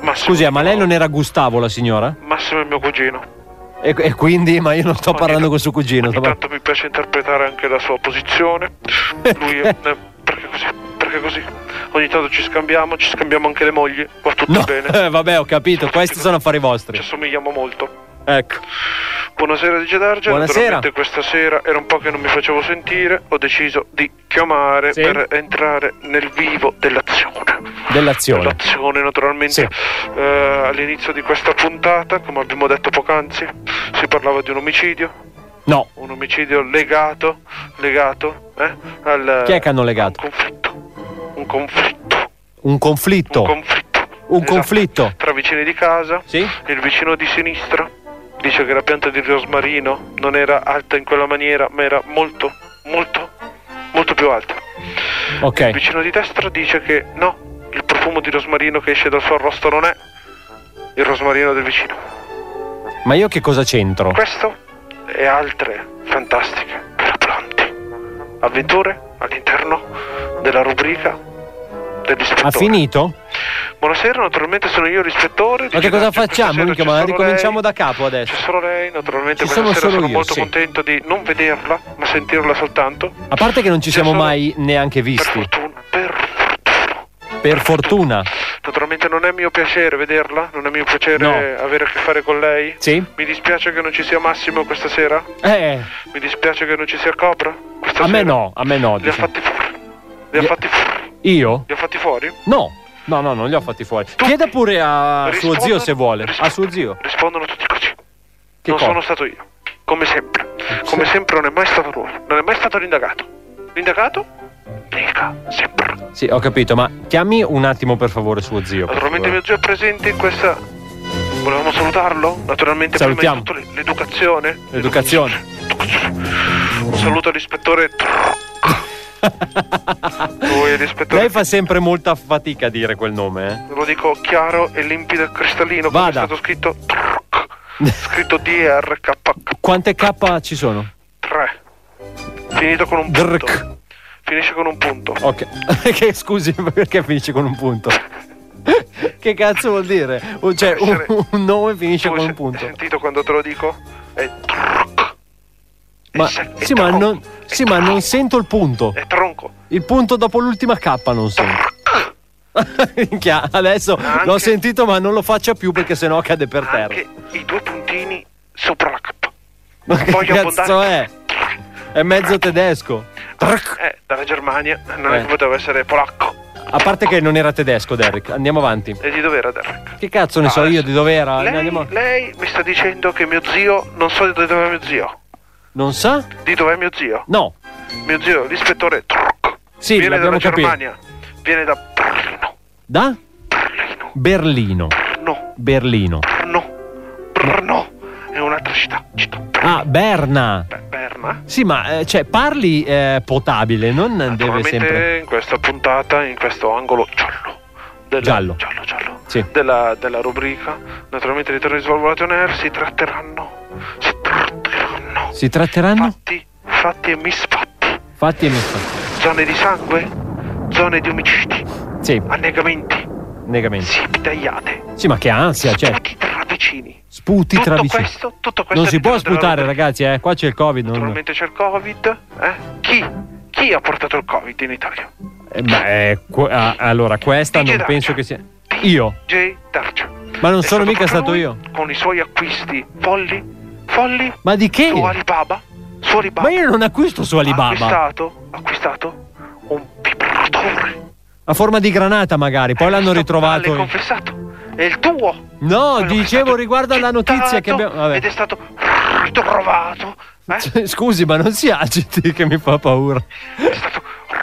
Massimo.
Scusi, ma lei non era Gustavo la signora?
Massimo è mio cugino.
E, e quindi, ma io non sto parlando con suo cugino. sto par-
Tanto mi piace interpretare anche la sua posizione. Lui è. eh, perché così? Perché così? Ogni tanto ci scambiamo, ci scambiamo anche le mogli. Va tutto
No,
bene.
eh, vabbè, ho capito, questi sono affari vostri.
Ci assomigliamo molto.
Ecco.
Buonasera DJ Darge,
Buonasera.
naturalmente questa sera era un po' che non mi facevo sentire, ho deciso di chiamare
Sì.
per entrare nel vivo dell'azione.
Dell'azione.
L'azione naturalmente Eh, all'inizio di questa puntata, come abbiamo detto poc'anzi, si parlava di un omicidio,
No,
un omicidio legato, legato eh, al
chi è che hanno legato?
un conflitto
Un conflitto. Un
conflitto.
Un conflitto.
tra vicini di casa, il vicino di sinistra dice che la pianta di rosmarino non era alta in quella maniera, ma era molto, molto, molto più alta. Il
Ok.
vicino di destra dice che no, il profumo di rosmarino che esce dal suo arrosto non è il rosmarino del vicino.
Ma io che cosa c'entro?
Questo e altre fantastiche paraplanti. Avventure all'interno della rubrica degli
Ha
ispettori.
finito?
Buonasera, naturalmente sono io l'ispettore.
Ma che cosa facciamo,
Mica
minchia? Ma ricominciamo da capo adesso.
C'è solo lei, naturalmente
Ci
questa
sono
sera
solo
sono
io,
molto
sì.
contento di non vederla, ma sentirla soltanto.
A parte che non ci siamo mai neanche visti. Per fortuna.
Naturalmente non è mio piacere vederla, non è mio piacere
No.
avere a che fare con lei.
Sì.
Mi dispiace che non ci sia Massimo questa sera.
Eh,
Mi dispiace che non ci sia Cobra.
a me no, a me no.
Li ha
dici.
fatti fuori. Li ha fatti fuori.
Io?
Li ha fatti fuori?
No. No, no, non li ho fatti fuori. Chieda pure a suo
Rispondono-
zio se vuole. A suo zio.
Rispondono tutti così.
Che
non
cosa?
sono stato io. Come sempre. Come sempre non è mai stato lui. Non è mai stato l'indagato. L'indagato? Nega. Sempre.
Sì, ho capito, ma chiami un attimo per favore suo zio. per
Naturalmente
favore.
mio zio è presente in questa. Volevamo salutarlo? Naturalmente
Salutiamo.
prima di tutto l'e- l'educazione.
L'educazione.
Un saluto all'ispettore. Lui è l'ispettore.
Lei fa sempre molta fatica a dire quel nome, eh.
Lo dico chiaro e limpido e cristallino. Come è
Vada.
stato scritto. Scritto DRK3.
Quante K ci sono?
Finito con un punto. Finisce con un punto.
Ok. che scusi, perché finisce con un punto? che cazzo vuol dire? O Cioè, un, un nome finisce con un punto.
Sentito quando te lo dico? È
Ma, sì, ma non, sì, ma non sento il punto.
È tronco.
Il punto dopo l'ultima K non sento. Minchia, adesso l'ho sentito, ma non lo faccia più perché sennò cade per terra.
i due puntini sopra la cappa.
Ma che
voglio
cazzo è?
abbondare-
È mezzo tedesco.
Eh, dalla Germania. Non è
Eh.
che poteva essere polacco.
A parte che non era tedesco, Derek. Andiamo avanti.
E di dov'era Derek?
Che cazzo ne so io di dove era? Andiamo-
Ah, Lei, lei mi sta dicendo che mio zio. Non so di dove è mio zio.
Non sa?
Di dove è mio zio?
No.
Mio zio, l'ispettore. Truc,
Sì,
viene
l'abbiamo
dalla
capito.
Germania. Viene da
Da? Berlino.
No.
Berlino.
Brno. È un'altra città.
Ah, Berna.
Berna?
Sì, ma eh, cioè, parli eh, potabile, non deve
Naturalmente
sempre.
in questa puntata, in questo angolo giallo. Del,
Giallo.
Giallo, giallo.
Sì.
Della, della rubrica, naturalmente di Torri Svalvolato on Air, si tratteranno
Si tratteranno?
fatti e misfatti,
Fatti e misfatti.
zone di sangue, zone di omicidi,
Sì.
annegamenti,
Negamenti.
tagliate,
Sì, ma che ansia, cioè.
tra vicini.
Sputi
tutto
tra vicini.
questo, tutto questo
Non si può
all'interno della
sputare,
rubrica.
ragazzi, eh. Qua c'è il Covid. Non...
Naturalmente c'è il Covid, eh? Chi? Chi ha portato il Covid in Italia?
Eh, beh, qu- ah, allora, questa non penso che sia. Io.
Jay Darcio.
Ma non
È
sono mica
proprio
stato
lui,
io.
Con i suoi acquisti folli, folli.
Ma di che?
Su Alibaba. Su Alibaba.
Ma io non acquisto su
Ha
Alibaba.
acquistato, ha acquistato
A forma di granata, magari.
Eh,
Poi l'hanno ritrovato.
L'hai
in-
confessato. È il tuo.
No, dicevo riguardo alla notizia che
Dato,
abbiamo. Vabbè.
Ed è stato ritrovato. eh?
Cioè, Scusi, ma non si agiti che mi fa paura.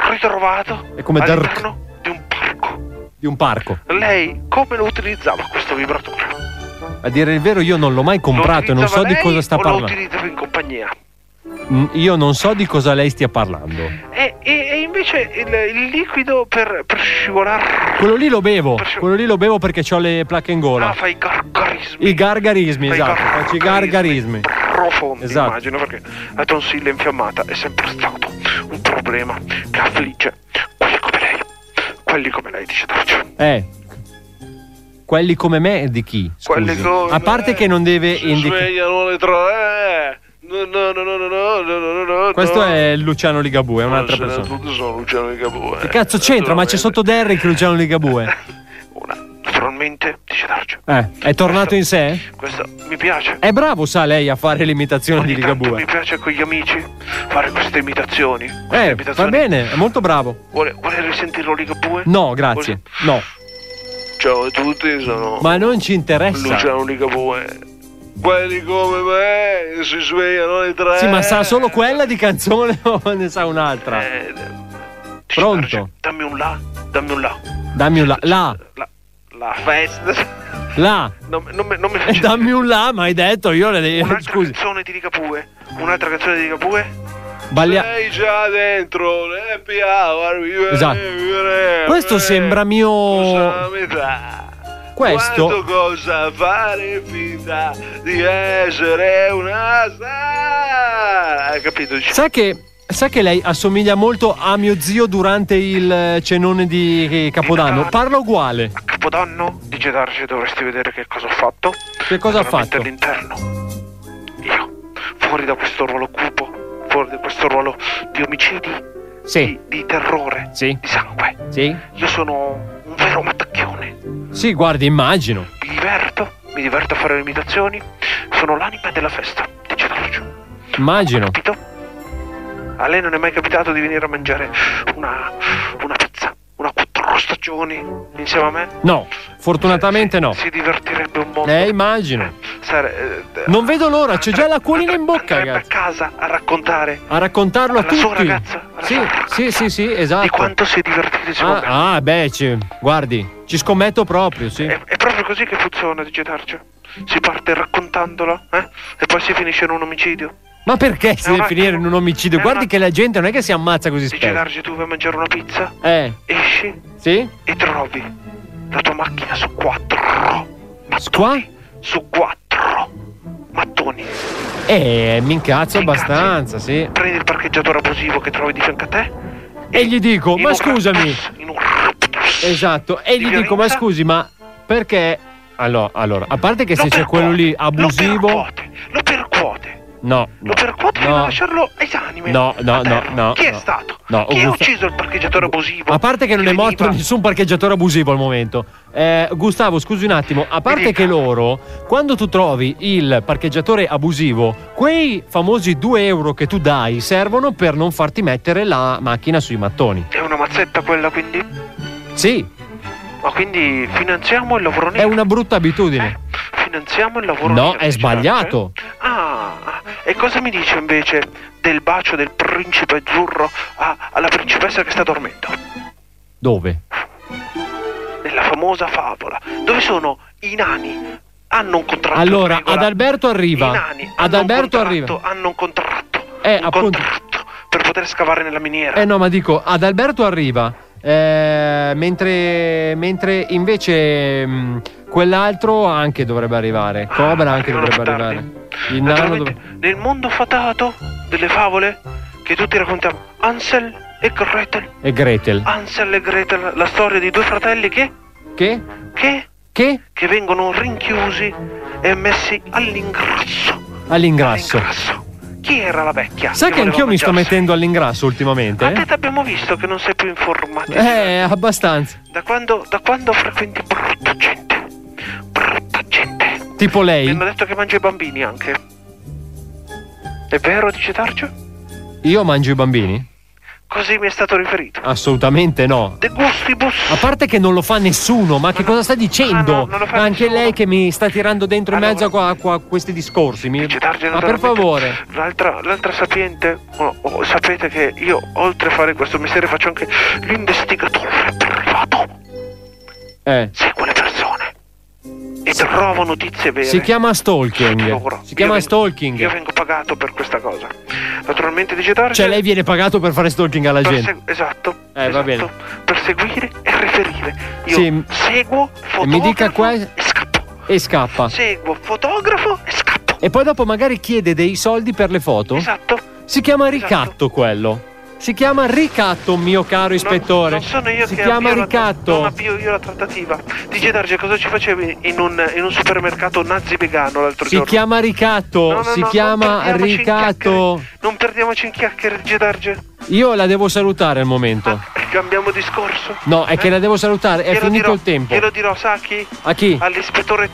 Ritrovato.
È come Dark.
all'interno
Di un parco.
Lei come lo utilizzava questo vibratore?
A dire il vero, io non l'ho mai comprato e non so
Utilizzava
di
lei
cosa sta
o Lo
parlando.
utilizzava in compagnia.
Mm, Io non so di cosa lei stia parlando.
E, e- e invece il, il liquido per, per scivolare.
Quello lì lo bevo. Quello lì lo bevo perché ho le placche in gola.
Ah, fa i gargarismi
I gargarismi,
Fai
esatto. Faccio i gargarismi.
profondi,
Esatto.
immagino, perché la tonsilla infiammata è sempre stato un problema che affligge quelli come lei. Quelli come lei, dice Darcio.
Eh. Quelli come me di chi?
Quelli
Scusi.
come
A parte che non deve
Si
indicare.
svegliano le tre. eh. No, no, no, no, no, no, no, no, no, no.
Questo è Luciano Ligabue, è un'altra
Buonasera a
persona.
tutti, sono Luciano di Capua.
Che cazzo c'entra? Ma c'è sotto Derrick Luciano Ligabue.
Naturalmente, dice Darge.
Eh, è tornato in sé?
Questo mi piace.
È bravo, sa lei, a fare l'imitazione di
Tanto mi
Ligabue.
piace con gli amici fare queste imitazioni. Queste
Eh, va
imitazioni.
bene, è molto bravo.
Vuole, vuole risentirlo Ligabue?
No, grazie. No.
Vuole- Ciao a tutti, sono
Ma non ci interessa.
Luciano Ligabue. Quelli come me si svegliano alle tre.
Sì, ma sa solo quella di canzone o ne sa un'altra?
Eh.
Pronto?
Dammi un là, dammi un là.
Dammi un là. Là,
La festa.
là.
Non, non me- non mi
Eh,
faccio
Dammi un là, ma hai detto io le eh, devo.
un'altra canzone di Ligabue. Un'altra canzone di Ligabue.
Ballia...
Sei già dentro, le piava, vivere,
Esatto.
vivere.
Questo sembra mio.
La metà. Quanto
Questo.
cosa fare finta di essere una star. Hai capito? Dice,
Sa che. Sa che lei assomiglia molto a mio zio durante il eh, cenone di eh,
Ah.
Capodanno? Parla uguale.
Capodanno, dice Darge, dovresti vedere che cosa ho fatto.
Che cosa ha
Veramente
fatto?
All'interno. Io, fuori da questo ruolo cupo, fuori da questo ruolo di omicidi,
Sì.
di terrore,
Sì.
di sangue.
Sì.
Io sono un vero mattacchione.
Sì, guardi, immagino.
Mi diverto, mi diverto a fare le imitazioni. Sono l'anima della festa, dice Darge.
Immagino.
A lei non è mai capitato di venire a mangiare una, una pizza, una quattro stagioni insieme a me?
No, fortunatamente no.
Si divertirebbe un mondo.
Eh, immagino.
Sare- eh,
Non vedo l'ora, c'è già l'acquolina in bocca,
andrebbe a
ragazzi.
casa a raccontare
A raccontarlo a
alla sua
tutti.
ragazza
Sì, sì, sì, sì, esatto.
di quanto si è divertito insieme a me.
Ah, ah, beh, ci- guardi, ci scommetto proprio, sì.
È proprio così che funziona, dice Darge. Si parte raccontandola, eh? E poi si finisce in un omicidio.
Ma perché si
È un
deve
attimo.
finire in un omicidio?
È
Guardi
un
che la gente non è che si ammazza così
eh, Dice
spesso.
Darge, tu vai a mangiare una pizza,
Eh,
esci
sì?
e trovi la tua macchina su quattro.
Qua?
Su quattro. Mattoni.
Eh, mi incazzo abbastanza, sì.
Prendi il parcheggiatore abusivo che trovi di fianco a te.
E gli dico, ma scusami. Esatto, e gli dico, ma scusi, ma perché... Allora, allora, a parte che se c'è quello lì abusivo...
Lo percuote.
No,
Lo percuote fino a
no,
lasciarlo esanime.
no, no,
a
no,
terra.
no.
Chi è
no.
stato?
No,
Chi ha
Augusto-
ucciso il parcheggiatore abusivo?
A parte che non è morto
veniva-
nessun parcheggiatore abusivo al momento. Eh, Gustavo, scusi un attimo, a parte che loro, quando tu trovi il parcheggiatore abusivo, quei famosi 2 euro che tu dai servono per non farti mettere la macchina sui mattoni.
È una mazzetta quella quindi?
Sì,
Ma quindi finanziamo il lavoro
è
nero?
una brutta abitudine.
Eh. Finanziamo il lavoro nero?
No, è sbagliato.
Ah, ah. e cosa mi dice invece del bacio del principe azzurro a- alla principessa che sta dormendo?
Dove?
Nella famosa favola, dove sono i nani? Hanno un contratto.
Allora,
in regola.
ad Alberto
I
arriva.
nani
Ad
hanno un
Alberto
contratto,
arriva.
Hanno un contratto
Eh, appunto.
per poter scavare nella miniera.
Eh no, ma dico, ad Alberto arriva. eh, mentre, mentre invece mh, quell'altro anche dovrebbe arrivare. Cobra anche dovrebbe arrivare. Il nano dov-
Nel mondo fatato delle favole che tutti raccontiamo, Ansel e Gretel.
e Gretel.
Ansel e Gretel, la storia di due fratelli che?
Che?
Che?
Che?
Che vengono rinchiusi e messi all'ingrasso.
All'ingrasso.
Chi era la vecchia?
Sai che
voleva
anch'io mi sto
mangiarsi?
mettendo all'ingrasso ultimamente?
A te t'abbiamo visto che non sei più informato.
Eh, abbastanza.
Da quando, da quando frequenti brutta gente? Brutta gente.
Tipo
Mi
lei?
hanno detto che mangia i bambini anche. È vero, dice Tarcio?
Io mangio i bambini?
Così mi è stato riferito.
Assolutamente no.
De gustibus.
A parte che non lo fa nessuno, ma che cosa sta dicendo?
Ah, non lo fa
Anche lei che mi sta tirando dentro in mezzo a, qua- qua- questi discorsi. Mi... Ma per
naturalmente-
favore.
L'altra, l'altra sapiente, oh, oh, sapete che io oltre a fare questo mestiere faccio anche l'investigatore privato.
Eh.
Segue le persone e trovo notizie vere.
Si chiama stalking.
Loro.
Si chiama
Io vengo- Io
stalking.
vengo pagato per questa cosa. Naturalmente dice Tarcio.
Cioè lei viene pagato per fare stalking alla
per
gente.
segu- esatto.
Eh, va bene.
Per seguire e riferire. Io
Sì.
seguo,
E mi dica
fotografo,
qua e scappa.
seguo, fotografo e scappo.
E poi dopo magari chiede dei soldi per le foto.
Esatto.
Si chiama ricatto quello. Si chiama ricatto, mio caro ispettore.
Non sono io
si
che
chiama
avvio la-
ricatto.
non avvio io la trattativa. DJ Darge, cosa ci facevi in un, in un supermercato nazi vegano l'altro
Si
giorno?
chiama ricatto,
No, no,
si
no, non
chiama
perdiamoci in
ricatto.
Non perdiamoci in chiacchiere, DJ Darge.
Io la devo salutare al momento.
Cambiamo discorso.
No, è che la devo salutare, è
Ah. Eh? Glielo
finito
dirò-
il tempo. Ah.
Glielo dirò, sa a chi?
A chi?
All'ispettore.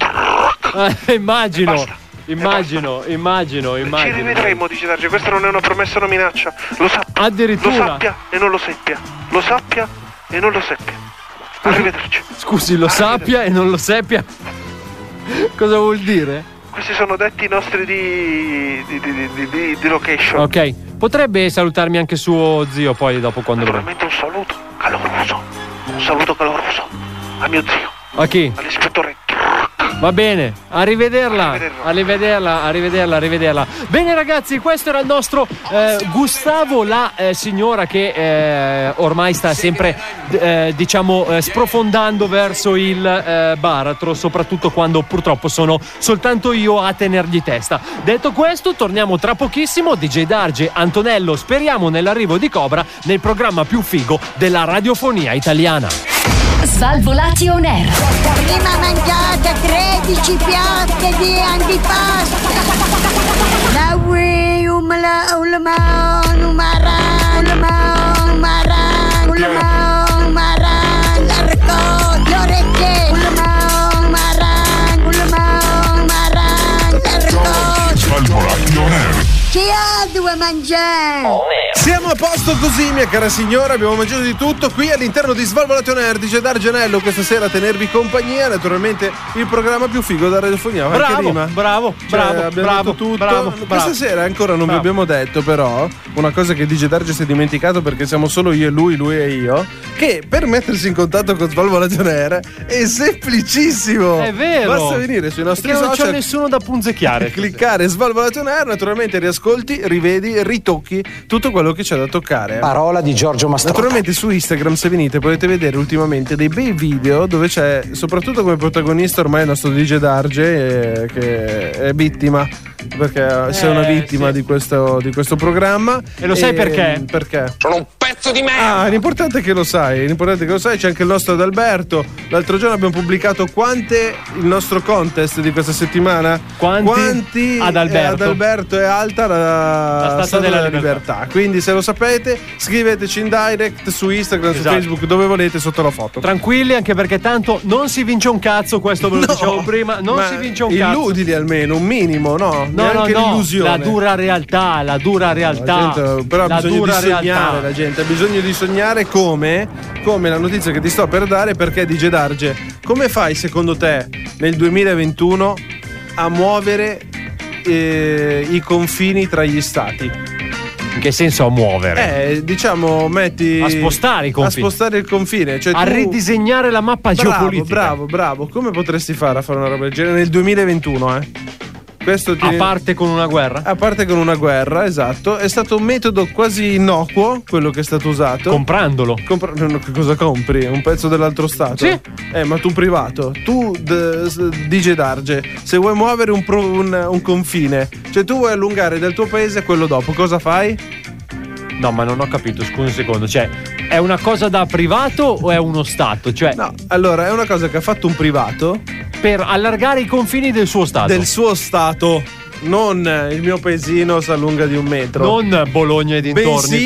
Eh, immagino, immagino, immagino,
Eh, Ci
immagino.
rivedremo, dice Darge. Questa non è una promessa, è una minaccia. Lo sappia.
Addirittura.
Lo sappia e non lo seppia. Lo sappia e non lo seppia. Arrivederci.
Scusi, lo sappia e non lo seppia. Cosa vuol dire?
Questi sono detti i nostri di. di, di, di- di- di- di location.
Ok, potrebbe salutarmi anche suo zio poi dopo quando vorrà.
Veramente un saluto caloroso. Un saluto caloroso a mio zio,
A chi?
all'ispettore.
Va bene, arrivederla. Arrivederla, arrivederla, arrivederla. Bene ragazzi, questo era il nostro eh, Gustavo, la eh, signora che eh, ormai sta sempre, d- eh, diciamo, eh, sprofondando verso il eh, baratro, soprattutto quando purtroppo sono soltanto io a tenergli testa. Detto questo, torniamo tra pochissimo. DJ Darge, Antonello, speriamo nell'arrivo di Cobra nel programma più figo della radiofonia italiana.
Svalvolati on air. Prima mangiate 13 piatte di antipasto. La ui umla ulma umara ulma umara ulma umara l'arco le orecchie ulma umara ulma umara l'arco.
Svalvolati on air.
Chi ha due mangiare?
Siamo a posto così, mia cara signora. Abbiamo mangiato di tutto qui all'interno di Svalvolation Air. Dice D'Argenello questa sera a tenervi compagnia. Naturalmente il programma più figo della radiofonia. Ma
Bravo,
che rima.
bravo,
Cioè,
bravo,
abbiamo
bravo,
detto tutto.
bravo,
Questa
bravo.
sera ancora non
Bravo.
vi abbiamo detto, però, una cosa che Dice Darge si è dimenticato perché siamo solo io e lui, lui e io. Che per mettersi in contatto con Svalvolation Air è semplicissimo.
È vero.
Basta venire sui nostri
Perché non
social.
c'è nessuno da punzecchiare.
cliccare Svalvolation Air, naturalmente riascolti, rivedi, ritocchi tutto quello che c'è da toccare.
Parola di Giorgio Mastrota.
Naturalmente su Instagram, se venite, potete vedere ultimamente dei bei video dove c'è, soprattutto come protagonista ormai il nostro DJ Darge, eh, che è vittima. Perché eh, sei una vittima di, questo, di questo programma. Ehm,
E lo sai perché?
Perché? Sono un pezzo di me! Ah, l'importante è che lo sai, l'importante è che lo sai, c'è anche il nostro Adalberto. L'altro giorno abbiamo pubblicato quante il nostro contest di questa settimana. Quanti?
Adalberto.
Ad Alberto è alta la,
Statua della
libertà. Quindi se lo sapete, scriveteci in direct su Instagram, su
Esatto.
Facebook, dove volete sotto la foto.
Tranquilli, anche perché tanto non si vince un cazzo, questo ve lo dicevo prima, non
ma
si vince un cazzo.
Illudili almeno, un minimo, no?
No, no,
Neanche
no,
l'illusione.
la dura realtà, la dura realtà.
La gente- eh, però
la
ha bisogno
dura
di sognare
realtà.
la gente, ha bisogno di sognare come, come la notizia che ti sto per dare perché dice Darge, come fai secondo te nel 2021 a muovere eh, i confini tra gli stati?
In che senso a muovere?
Eh, diciamo, metti.
A spostare i confini.
A spostare il confine. Cioè
a
tu-
ridisegnare la mappa
bravo,
geopolitica.
Bravo, bravo. Come potresti fare a fare una roba del genere nel 2021, eh? Questo ti...
A parte con una guerra?
A parte con una guerra, esatto. È stato un metodo quasi innocuo quello che è stato usato.
Comprandolo.
Cosa compri? Un pezzo dell'altro stato?
Sì.
Eh, ma tu privato. Tu, d- s- DJ Darge, se vuoi muovere un, pro- un- un confine, cioè tu vuoi allungare del tuo paese quello dopo, cosa fai?
No, ma non ho capito, scusa un secondo. Cioè, è una cosa da privato o è uno Stato? Cioè,
Allora, è una cosa che ha fatto un privato
per allargare i confini del suo Stato.
del suo stato. Non eh, il mio paesino si allunga di un metro.
Non Bologna e dintorni.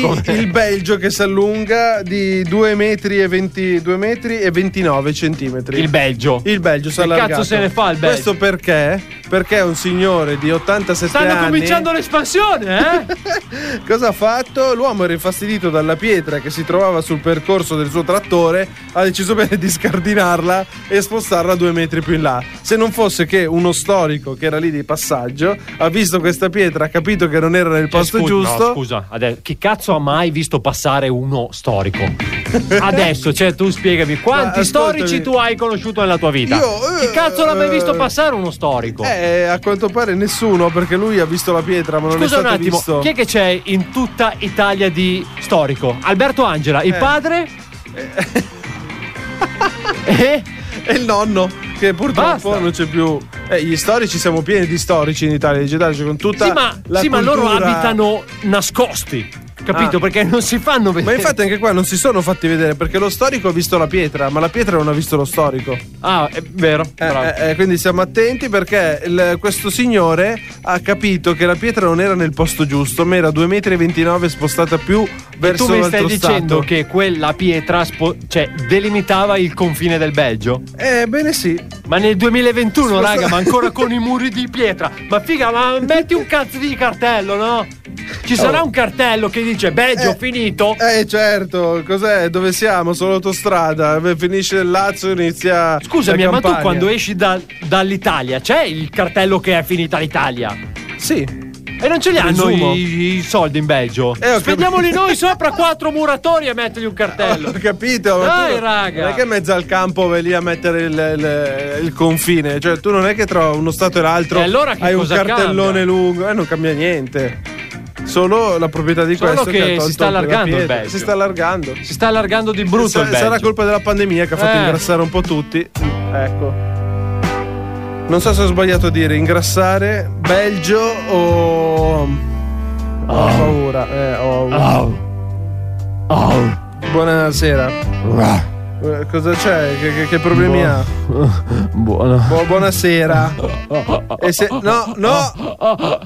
Bensì
come-
il Belgio che si allunga di 2 metri e, 20 2 metri e 29 centimetri.
Il Belgio.
Il Belgio si
Che cazzo
allargato.
se ne fa il Belgio?
Questo perché? Perché un signore di 87
Stanno
anni.
cominciando l'espansione, eh?
Cosa ha fatto? L'uomo era infastidito dalla pietra che si trovava sul percorso del suo trattore, ha deciso bene di scardinarla e spostarla due metri più in là. Se non fosse che uno storico che era lì di passaggio ha visto questa pietra, ha capito che non era nel
Cioè,
posto
scusa-
giusto.
No, scusa, adesso, chi cazzo ha mai visto passare uno storico? Adesso, cioè, tu spiegami quanti
Ma,
storici
ascoltami.
tu hai conosciuto nella tua vita?
Io,
chi cazzo l'ha mai visto
eh,
passare uno storico?
Eh, a quanto pare nessuno, perché lui ha visto la pietra, ma non è
Scusa un
stato
attimo,
visto.
chi è che c'è in tutta Italia di storico? Alberto Angela, il
Eh.
padre?
Eh.
Eh?
E il nonno, che purtroppo
Basta.
non c'è più. Eh, gli storici siamo pieni di storici in Italia, di Jedi, cioè con tutta
Sì, ma,
la
sì, ma loro
cultura- Ah.
abitano nascosti. capito? Perché non si fanno vedere.
Ma infatti anche qua non si sono fatti vedere perché lo storico ha visto la pietra, ma la pietra non ha visto lo storico.
Ah, è vero. bravo.
Eh, eh, quindi siamo attenti perché il- questo signore ha capito che la pietra non era nel posto giusto, ma era 2,29 m spostata più verso
tu mi
l'altro
stai dicendo
stato.
che quella pietra spo- cioè, delimitava il confine del Belgio?
Ebbene Eh, sì.
Ma nel 2021,
Sposta-
raga, ma ancora con i muri di pietra. Ma figa, ma metti un cazzo di cartello, no? Ci sarà
Oh.
un cartello che dice Belgio
Eh,
finito?
Eh certo, cos'è? Dove siamo? Sono l'autostrada, finisce il Lazio, inizia
Scusami,
la
ma tu
Campania.
quando esci da- dall'Italia c'è il cartello che è finita l'Italia?
Sì.
E non ce li hanno
Presumo.
i, i soldi in Belgio?
Eh, ho
Spendiamoli
capito.
noi sopra quattro muratori e mettergli un cartello.
Ho capito, ma
Dai,
tu
raga.
non è che in mezzo al campo vai lì a mettere il, il- il confine, cioè tu non è che tra uno stato e l'altro
E allora che
hai un
cosa
cartellone
cambia?
lungo, eh, non cambia niente. Solo la proprietà di
Solo
questo
che
ha
si
tolto
sta
la
allargando il
pietra.
Belgio.
Si sta allargando.
Si sta allargando di brutto
Sa-
il Belgio.
sarà colpa della pandemia che ha fatto
Eh.
ingrassare un po' tutti. Ecco. Non so se ho sbagliato a dire ingrassare Belgio o ho paura. Eh, ho
Ah.
Buonasera. Eh, Cosa c'è? Che, che- che problemi
Boh.
ha?
Buona.
Bu- buonasera. E se- no, no.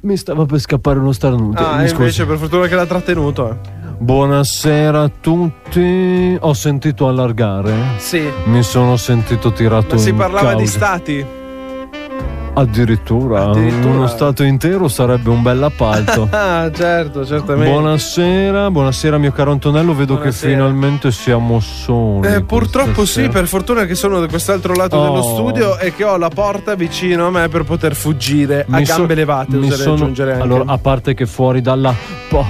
Mi stava per scappare uno starnuto.
Ah,
mi scusi.
invece, per fortuna che l'ha trattenuto. eh.
Buonasera a tutti. Ho sentito allargare.
Sì.
Mi sono sentito tirato
Ma si
in
parlava di
causa.
stati.
Addirittura,
Addirittura.
uno stato intero sarebbe un bel appalto.
Ah, certo, certamente.
Buonasera, buonasera mio caro Antonello, vedo
Buonasera.
che finalmente siamo soli.
Eh, purtroppo
questa
sì,
sera.
per fortuna che sono da quest'altro lato dello
Oh.
studio e che ho la porta vicino a me per poter fuggire a
Mi so-
gambe levate.
mi
oserei
sono-
aggiungere anche.
Allora, a parte che fuori dalla po-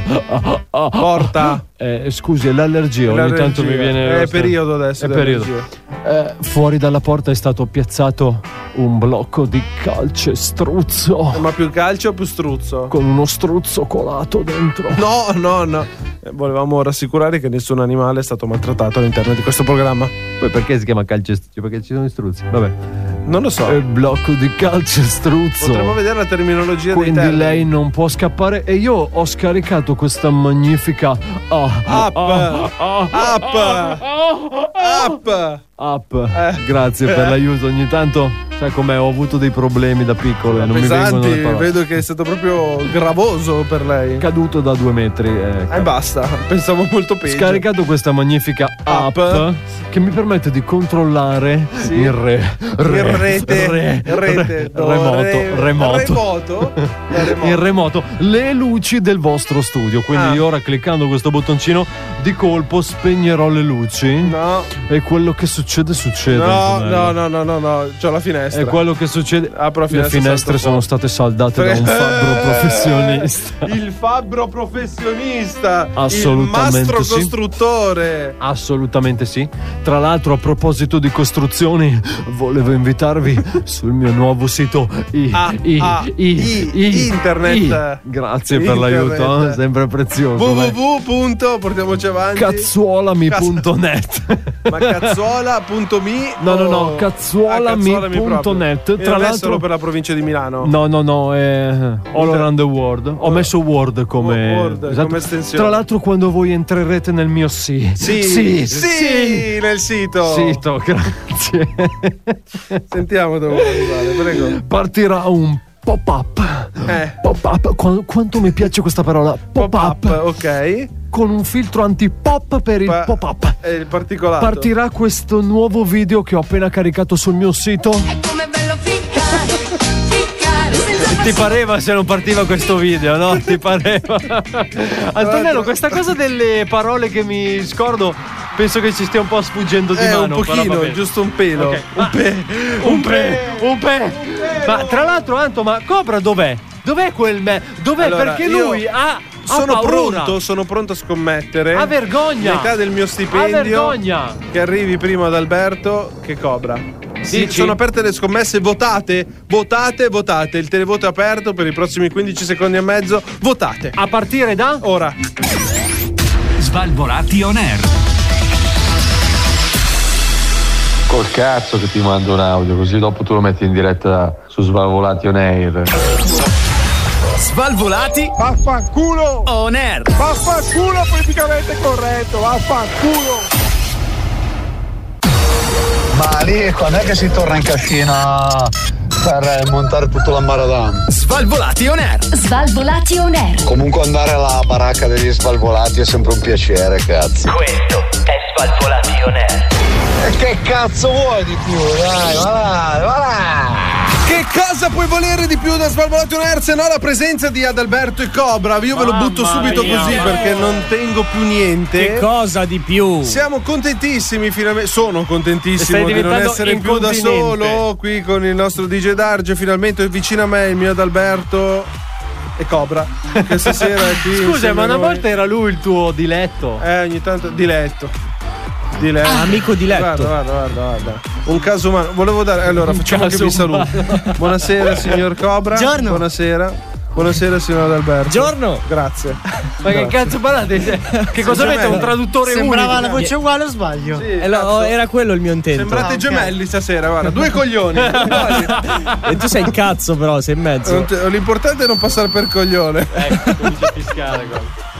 Porta.
Eh, scusi, è l'allergia, ogni tanto mi viene.
È periodo adesso.
È
di
periodo.
allergie.
Eh, fuori dalla porta è stato piazzato un blocco di calcestruzzo
Ma più calcio o più struzzo?
con uno struzzo colato dentro.
No, no, no. Eh, Volevamo rassicurare che nessun animale è stato maltrattato all'interno di questo programma.
Poi perché si chiama calcestruzzo? Perché ci sono i struzzi. Vabbè.
Non lo so.
È il blocco di calcestruzzo.
Potremmo vedere la terminologia dei
Quindi
termini.
lei non può scappare e io ho scaricato questa magnifica ah,
Up.
ah, ah,
Up.
Eh,
Up.
app.
Eh.
Grazie per l'aiuto. Ogni tanto, sai com'è, ho avuto dei problemi da piccolo e non mi
Pesanti,
vengono le parole.
vedo che è stato proprio gravoso per lei.
Caduto da due metri. eh.
E basta, pensavo molto peggio.
Scaricato questa magnifica app che mi permette di controllare il re, re,
in rete,
re-
rete,
re-
do-
remoto,
re-
remoto.
remoto.
in remoto le luci del vostro studio. Quindi
Ah.
io ora cliccando questo bottoncino di colpo spegnerò le luci.
No.
E quello che succede succede.
No,
Antonello.
no, Ah, no, no, no, no, c'ho la finestra.
E quello che succede.
Apro la
Le
finestra, salto
finestre sono
fuori.
state saldate da un
Fre-
fabbro professionista.
Eh, Il fabbro professionista,
Assolutamente
il mastro
sì.
costruttore.
Assolutamente sì. Tra l'altro, a proposito di costruzioni, volevo invitarvi sul mio nuovo sito i,
Ah,
i-
ah,
i-
i-
i-
internet.
i. Grazie per
Internet.
l'aiuto, eh, sempre prezioso. vai.
www. punto, Portiamoci avanti.
Cazzuolami.net
Ma cazzuola.mi
No, no, no,
o-
cazzuolami
Ah, cazzuolami proprio.
net.
E
Tra
non è
l'altro-
solo per la provincia di Milano.
No, no, no, è All Around the World. Ho messo Word come,
Oh,
esatto.
Word, come estensione.
Tra l'altro, quando voi entrerete nel mio sì,
Sì, sì,
sì, sì,
nel sito.
sito, grazie.
Sentiamo dove vuoi arrivare, prego.
Partirà un pop-up.
Eh.
Pop-up, Qua- quanto mi piace questa parola. Pop-up.
ok.
Con un filtro anti-pop per il
Pa- Esatto.
pop-up.
È il particolato.
Partirà questo nuovo video che ho appena caricato sul mio sito.
Come bello ficcare, ficcare senza
Ti pareva se non partiva questo video, no? Ti pareva. Antonello, questa cosa delle parole che mi scordo, penso che ci stia un po' sfuggendo di
Eh, un
mano. però va
pochino,
bene.
giusto un pelo.
Ok,
Un
ma-
pe-
un pe, un pe. Ma tra l'altro, Anto, ma Cobra dov'è? Dov'è quel me? Dov'è?
Allora,
Perché
io
lui ha. ha
Ah, Sono
paura.
pronto, sono pronto a scommettere.
A vergogna.
Metà del mio
A
stipendio.
vergogna.
Che arrivi prima ad Alberto che Cobra. Sì,
Dici?
sono aperte le scommesse, votate, votate, votate. Il televoto è aperto per i prossimi 15 secondi e mezzo. Votate.
A partire da.
Ora.
Svalvolati on air.
Col cazzo che ti mando un audio, così dopo tu lo metti in diretta su Svalvolation Air.
Svalvolati.
Vaffanculo.
On air.
Vaffanculo politicamente corretto. Vaffanculo.
Ma lì quando è che si torna in cascina per montare tutto l'ambaradan?
Svalvolati on air.
Svalvolati on air.
Comunque andare alla baracca degli svalvolati è sempre un piacere, cazzo.
Questo è Svalvolati On Air.
E che cazzo vuoi di più? Dai, va là, va là!
Che cosa puoi volere di più da Svalvolato Air se no la presenza di Adalberto e Cobra? Io ve lo
Mamma
butto subito
mia.
così perché non tengo più niente.
Che cosa di più?
Siamo contentissimi finalmente. Sono contentissimo
Stai
di non
diventando
essere più da
incontinente.
solo qui con il nostro DJ Darge. Finalmente è vicino a me il mio Adalberto e Cobra. Che stasera è qui.
Scusa,
insieme
ma
a
una
noi.
volta era lui il tuo diletto.
Eh, ogni tanto diletto. Diletto.
amico diletto.
Guarda, guarda, guarda, guarda. Un caso umano. Volevo dare. Allora, facciamo che
caso
vi saluto. Buonasera, signor Cobra.
Buongiorno.
Buonasera. Buonasera, signor Adalberto. Buongiorno. Grazie.
Ma che cazzo parlate? Cioè, Che cosa avete? Un traduttore
Sembrava
unico?
la voce uguale o sbaglio?
era quello il mio intento.
Sembrate
Ah, ok.
gemelli stasera, guarda. Due coglioni.
E tu sei il cazzo, però, sei in mezzo.
Non te- L'importante è non passare per coglione.
Eh, Ecco, Fiscale, guarda.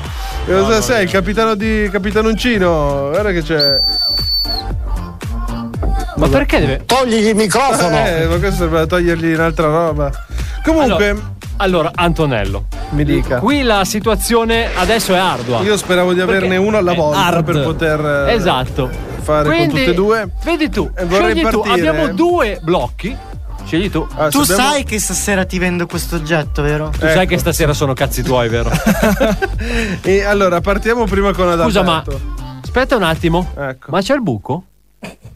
Cosa sei? Il capitano di Capitanoncino. Guarda che c'è.
Ma perché deve.
Togli il
microfono!
Eh, ma questo sembra togliergli un'altra roba. Comunque.
Allora, allora, Antonello.
Mi dica.
Qui la situazione adesso è ardua.
Io speravo di averne
Perché-
uno alla
eh,
volta
hard.
per poter eh,
Esatto.
fare
Quindi,
con tutte e due.
Vedi tu,
vorrei
scegli tu.
partire. Ah,
Abbiamo due blocchi. Scegli tu.
tu sai che stasera ti vendo questo oggetto, vero?
Tu
ecco.
sai che stasera sono cazzi tuoi, vero?
E allora partiamo prima con Adalberto.
Scusa, ma aspetta un attimo. Ma c'è il buco?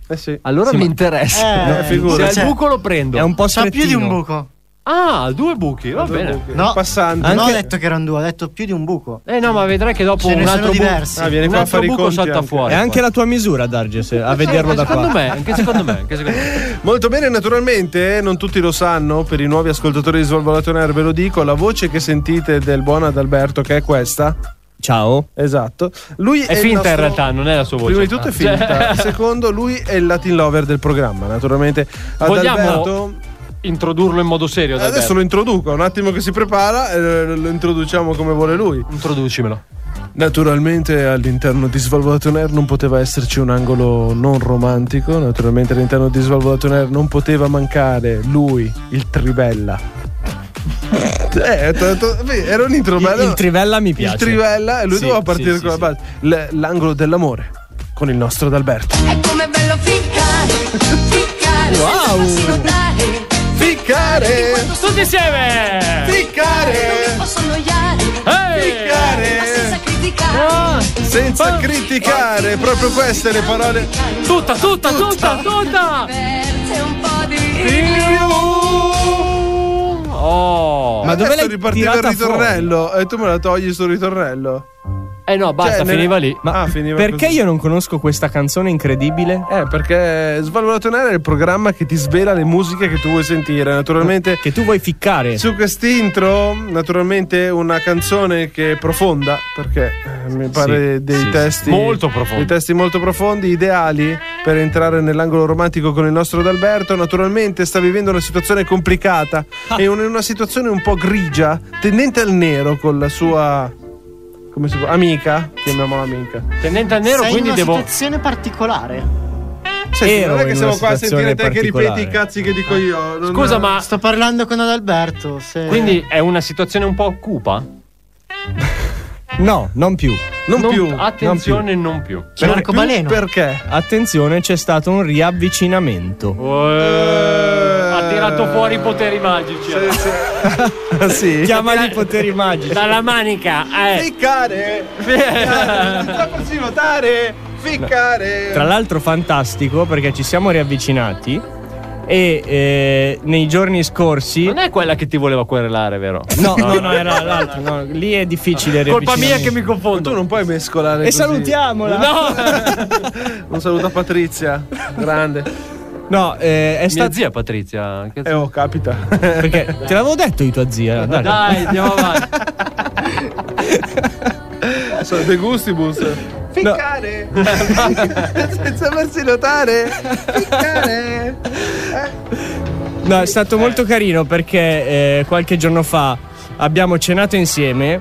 Eh sì.
Allora
Ecco. Sì,
mi
ma-
interessa.
Eh, figurati.
Se ha
Cioè,
il buco lo prendo.
è un po'
C'ha
strettino.
buco.
Ah, due buchi, va
Due
bene.
buchi. No,
Passando.
non ho
Anche-
detto che erano due, ho detto più di un buco.
Eh no, ma vedrai che dopo
Ce ne
un
sono
altro buco,
diversi. Ah, vieni
un
qua a
altro
fare i
buco
conti
salta
anche.
fuori.
E anche la tua misura, Darge, se- a vederlo da qua.
secondo Me, anche secondo me, anche secondo me.
Molto bene, naturalmente, eh, non tutti lo sanno, per i nuovi ascoltatori di Svalvolato Air ve lo dico, la voce che sentite del buon Adalberto, che è questa.
Ciao.
Esatto. Lui
È
il
finta in
nostro-
realtà, non è la sua voce.
Prima di tutto è finta.
Cioè-
Secondo, lui è il Latin lover del programma, naturalmente. Adalberto-
Vogliamo introdurlo in modo serio.
Adesso lo introduco, un attimo che si prepara, eh, lo introduciamo come vuole lui.
Introducimelo.
Naturalmente all'interno di Svalvolato Air non poteva esserci un angolo non romantico, naturalmente all'interno di Svalvolato Air non poteva mancare lui, il Tribella. eh, t- t- beh, era un intro, ma
Il-
no-
il Trivella mi piace.
Il Trivella, e lui
Sì,
doveva partire
sì,
con
sì,
la base. L- l'angolo dell'amore, con il nostro D'Alberto.
È come bello ficcare, ficcare,
Wow.
senza farsi notare.
Ficcare.
Tutti insieme.
Ficcare.
Non mi posso annoiare.
Ficcare.
Ma senza criticare.
Ah.
Senza criticare, proprio queste le parole.
Tutta, tutta,
Ah, tota.
tutta, tutta.
Verse un po' di
Oh.
Ma dove l'hai ripartiva il
tirata
ritornello? E tu me la togli sul ritornello?
Eh no, basta,
Cioè, nel-
finiva lì.
Ma ah, finiva
Perché
così.
io non conosco questa canzone incredibile?
Eh, perché Svalvolato in Aria è il programma che ti svela le musiche che tu vuoi sentire, naturalmente.
Che tu vuoi ficcare.
Su quest'intro, naturalmente, una canzone che è profonda, perché eh, mi pare
Sì,
dei
sì,
testi.
sì. Molto profondi.
Dei testi molto profondi, ideali per entrare nell'angolo romantico con il nostro D'Alberto. Naturalmente sta vivendo una situazione complicata
Ah.
e un- una situazione un po' grigia, tendente al nero con la sua. Come si può? Amica? Chiamiamola amica.
Tendente al nero,
Sei
quindi
in una
devo.
situazione particolare.
Senti, non è che
in
siamo
una
qua a sentire te che
situazione
ripeti i cazzi che dico io. non-
Scusa, ma-
Sto parlando con Adalberto. se-
Quindi è una situazione un po' cupa?
No, non più.
Non, più. Cioè,
Attenzione, non più.
C'è un arcobaleno.
Perché?
Attenzione, c'è stato un riavvicinamento.
Ha tirato fuori i poteri magici.
sì.
Chiamali poteri magici.
Dalla manica. Eh.
Ficcare! Ficcare! Non ti farsi notare! Ficcare!
Tra l'altro fantastico perché ci siamo riavvicinati e eh, nei giorni scorsi...
Non è quella che ti voleva querelare, vero?
No, no, no, era l'altro. no, lì è difficile
Colpa mia
riavvicinamento.
che mi confondo.
Tu non puoi mescolare.
E
così.
salutiamola.
Un saluto a Patrizia, grande.
No, eh, è
Mia
stato...
zia Patrizia. che-
Eh, oh, capita.
Perché te l'avevo detto di tua zia.
Dai,
eh, dai.
andiamo avanti.
Sono De Gustibus. Ficcare! Senza farsi notare! Ficcare!
No, è stato molto carino perché eh, qualche giorno fa abbiamo cenato insieme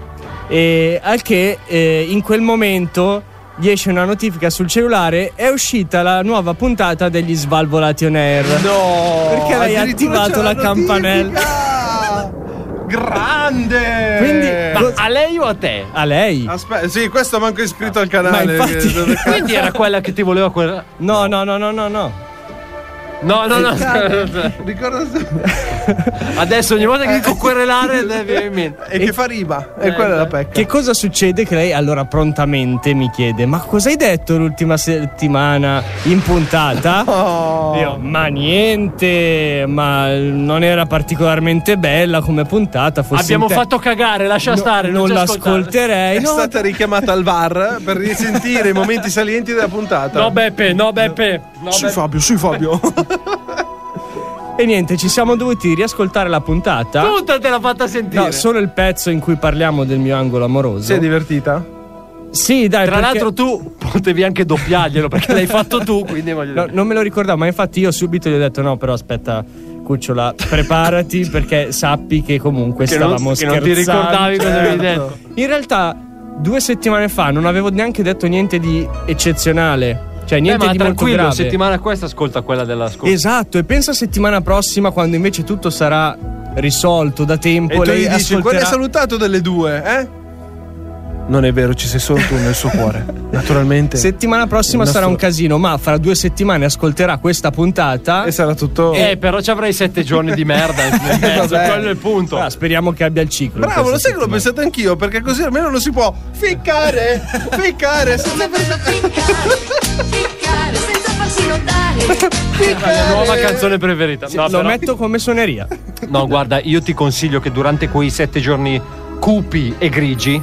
e al che eh, in quel momento gli esce una notifica sul cellulare è uscita la nuova puntata degli Svalvolati on Air
no
perché lei ha
addirittura
attivato
c'è
la,
la
campanella
Grande!
Quindi-
Eh.
Ma a lei o a te?
a lei
Aspetta, sì, questo manco è iscritto al canale.
Ma infatti-
eh, dove cazzo-
Quindi era quella che ti voleva quella.
No, no, no, no, no, no.
No, no, no. Cioè,
Ricorda se-
Adesso ogni volta che dico querelare deve venire in mente.
E che fa riba. E quella è la pecca.
Che cosa succede? Che lei allora prontamente mi chiede: Ma cosa hai detto l'ultima settimana in puntata? Io, ma niente, ma non era particolarmente bella come puntata. Fosse
Abbiamo
in te-
fatto cagare, lascia
No,
stare.
non
ci ascoltare.
l'ascolterei.
È
no.
stata richiamata al VAR per risentire i momenti salienti della puntata.
No, Beppe, no, Beppe. No,
sì,
Beppe.
Fabio, sì, Fabio.
E niente, ci siamo dovuti riascoltare la puntata.
Tutta te l'ha fatta sentire.
No, solo il pezzo in cui parliamo del mio angolo amoroso.
Sei divertita?
Sì, dai.
Tra
perché-
l'altro tu potevi anche doppiarglielo perché l'hai fatto tu, quindi voglio
No,
dire.
non me lo ricordavo, ma infatti io subito gli ho detto: no, però aspetta, cucciola, preparati perché sappi che comunque
Che non-
stavamo
che non
scherzando.
ti ricordavi cosa avevi
Certo.
detto.
In realtà, due settimane fa non avevo neanche detto niente di eccezionale. Cioè, niente
Eh, ma
di molto
tranquillo,
grave.
settimana questa ascolta quella della scorsa.
Esatto, e pensa settimana prossima, quando invece tutto sarà risolto da tempo.
E tu
lei
gli dici,
ascolterà-
quello è salutato delle due, eh? Non è vero, ci sei solo tu nel suo cuore. Naturalmente.
Settimana prossima
Il
sarà un
nostro-
casino, ma fra due settimane ascolterà questa puntata.
E sarà tutto.
Eh, però ci avrai sette giorni di merda nel mezzo,
Vabbè.
quello è il punto.
Ah, speriamo che abbia il ciclo.
Bravo, lo
questa
sai che l'ho
settimana.
pensato anch'io, perché così almeno lo si può ficcare, ficcare, senza
Ficcare senza farsi notare.
La mia nuova canzone preferita.
Sì,
No,
lo
però-
metto come suoneria.
no, guarda, io ti consiglio che durante quei sette giorni cupi e grigi,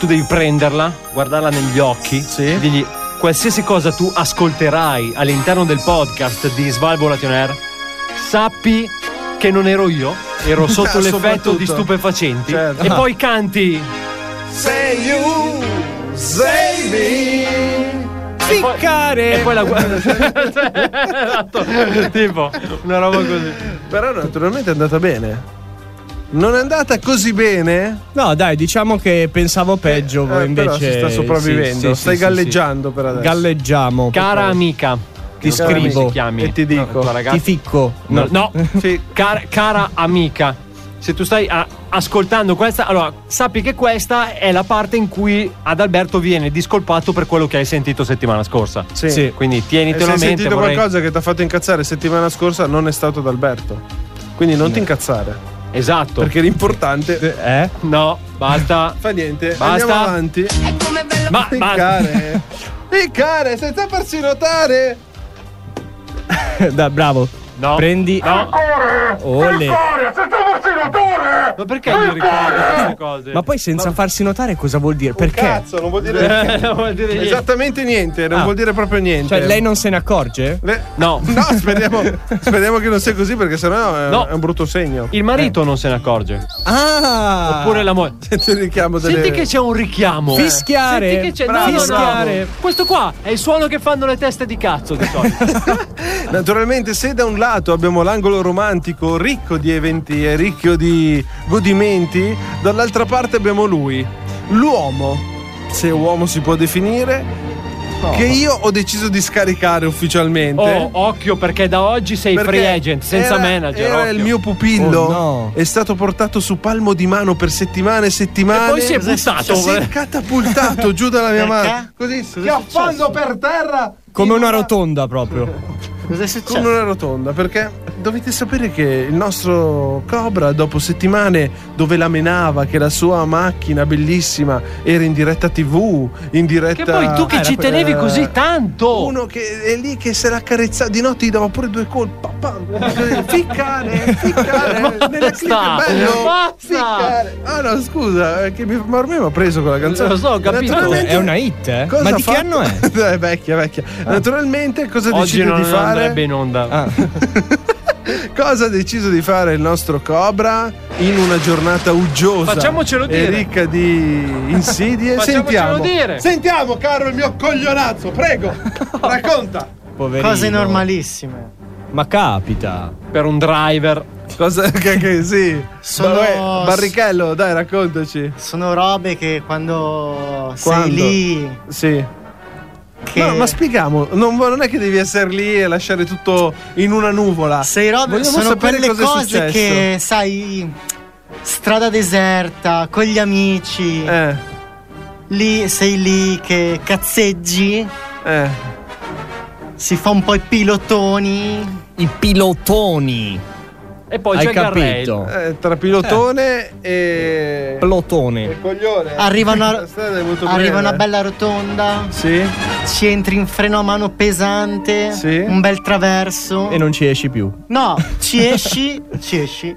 tu devi prenderla, guardarla negli occhi, e dirgli qualsiasi cosa tu ascolterai all'interno del podcast di Svalvolation Air, sappi che non ero io, ero sotto
Ah,
l'effetto di
soprattutto.
stupefacenti
Certo.
e
Ah.
poi canti
Say you, say me.
Ficcare!
e poi la esatto, tipo una roba così.
Però naturalmente è andata bene. Non è andata così bene?
No, dai, diciamo che pensavo peggio, voi
eh,
invece.
però si sta sopravvivendo,
sì, sì,
stai
sì,
galleggiando per adesso.
sì. Galleggiamo.
Cara
per
amica,
Ti
non so come
scrivo
si chiami
e ti dico.
tua
favore. Ti
ragazza.
ficco.
No, no.
Sì.
Cara, cara amica, se tu stai a- ascoltando questa, allora sappi che questa è la parte in cui Adalberto viene discolpato per quello che hai sentito settimana scorsa.
Sì.
Quindi
E
tienitelo
se
a
hai
mente.
sentito
vorrei-
qualcosa che ti ha fatto incazzare settimana scorsa, non è stato d'Alberto. Quindi non ti incazzare.
Esatto.
Perché l'importante.
Boh. Eh?
No, basta.
Fa niente,
Basta.
andiamo avanti.
ma, ma
Piccare. Piccare senza farsi notare.
Da, bravo.
No.
Prendi.
No.
Ole.
Ma perché io ricordo queste cose?
Ma poi
Eh,
senza farsi notare cosa vuol dire? Perché?
Cazzo, non vuol dire
Eh, vuol dire niente.
esattamente niente, non
Ah.
vuol dire proprio niente.
Cioè, lei non se ne accorge?
Le-
No.
No, speriamo, speriamo che non sia così perché sennò è,
No.
è un brutto segno.
Il marito non se ne accorge.
Ah!
Oppure la moglie.
Ti richiamo delle...
Senti che c'è un richiamo.
Fischiare.
Senti che c'è
Bravo,
no, no, no.
fischiare.
Questo qua è il suono che fanno le teste di cazzo di solito.
Naturalmente, se da un lato abbiamo l'angolo romantico ricco di eventi e ricco di godimenti, dall'altra parte abbiamo lui, l'uomo, se uomo si può definire, che io ho deciso di scaricare ufficialmente.
Oh, occhio perché da oggi sei
perché
free agent, senza
era-
manager.
Era
occhio.
il mio pupillo.
Oh, no.
È stato portato su palmo di mano per settimane e settimane.
E poi si è buttato. eh.
Si è catapultato giù dalla mia mano.
Perché?
Così, schiaffando per terra.
Come
In
una rotonda proprio.
Cos'è
con
successo?
una rotonda perché dovete sapere che il nostro Cobra dopo settimane dove la menava che la sua macchina bellissima era in diretta tv in diretta
Che poi tu che
Eh,
ci
la-
tenevi
eh,
così tanto.
uno che è lì che se la carezza di notte gli dava pure due colpi pam, pam. ficcare ficcare nella clip
Basta,
è bello
basta.
ficcare ah no scusa eh, che mi, ma ormai mi ha preso quella canzone
Lo so, ho capito.
Naturalmente-
È una hit, eh?
Cosa
Ma
ha
di che
fatto?
anno è? Eh.
è vecchia vecchia naturalmente cosa
Oggi
decide
non
di fare
andrebbe in onda.
Ah.
Cosa ha deciso di fare il nostro Cobra in una giornata uggiosa
Facciamocelo
e
dire.
ricca di insidie?
Facciamocelo
Sentiamo.
dire.
Sentiamo, caro il mio coglionazzo, prego, racconta.
Poverino.
Cose normalissime.
Ma capita.
Per un driver.
Cosa? Che, che- sì.
Sono-
Vabbè, Barrichello, dai, raccontaci.
Sono robe che quando,
Quando?
sei lì.
Sì. No, ma spieghiamo, non, non è che devi essere lì e lasciare tutto in una nuvola.
Sei robe
Vogliamo
sono
sapere
quelle
cosa è
cose
successo.
che, sai, strada deserta, con gli amici.
Eh,
Lì sei lì che cazzeggi.
eh,
Si fa un po' i pilotoni.
I pilotoni.
E poi
Cioè,
Hai
c'è
capito.
Garrel.
Eh, tra pilotone Eh. e.
Plotone.
Coglione.
Arriva una,
Questa strada è molto
arriva
breve.
una bella rotonda.
Sì.
Ci entri in freno a mano pesante.
Sì.
Un bel traverso.
E non ci esci più.
No, ci esci, ci esci.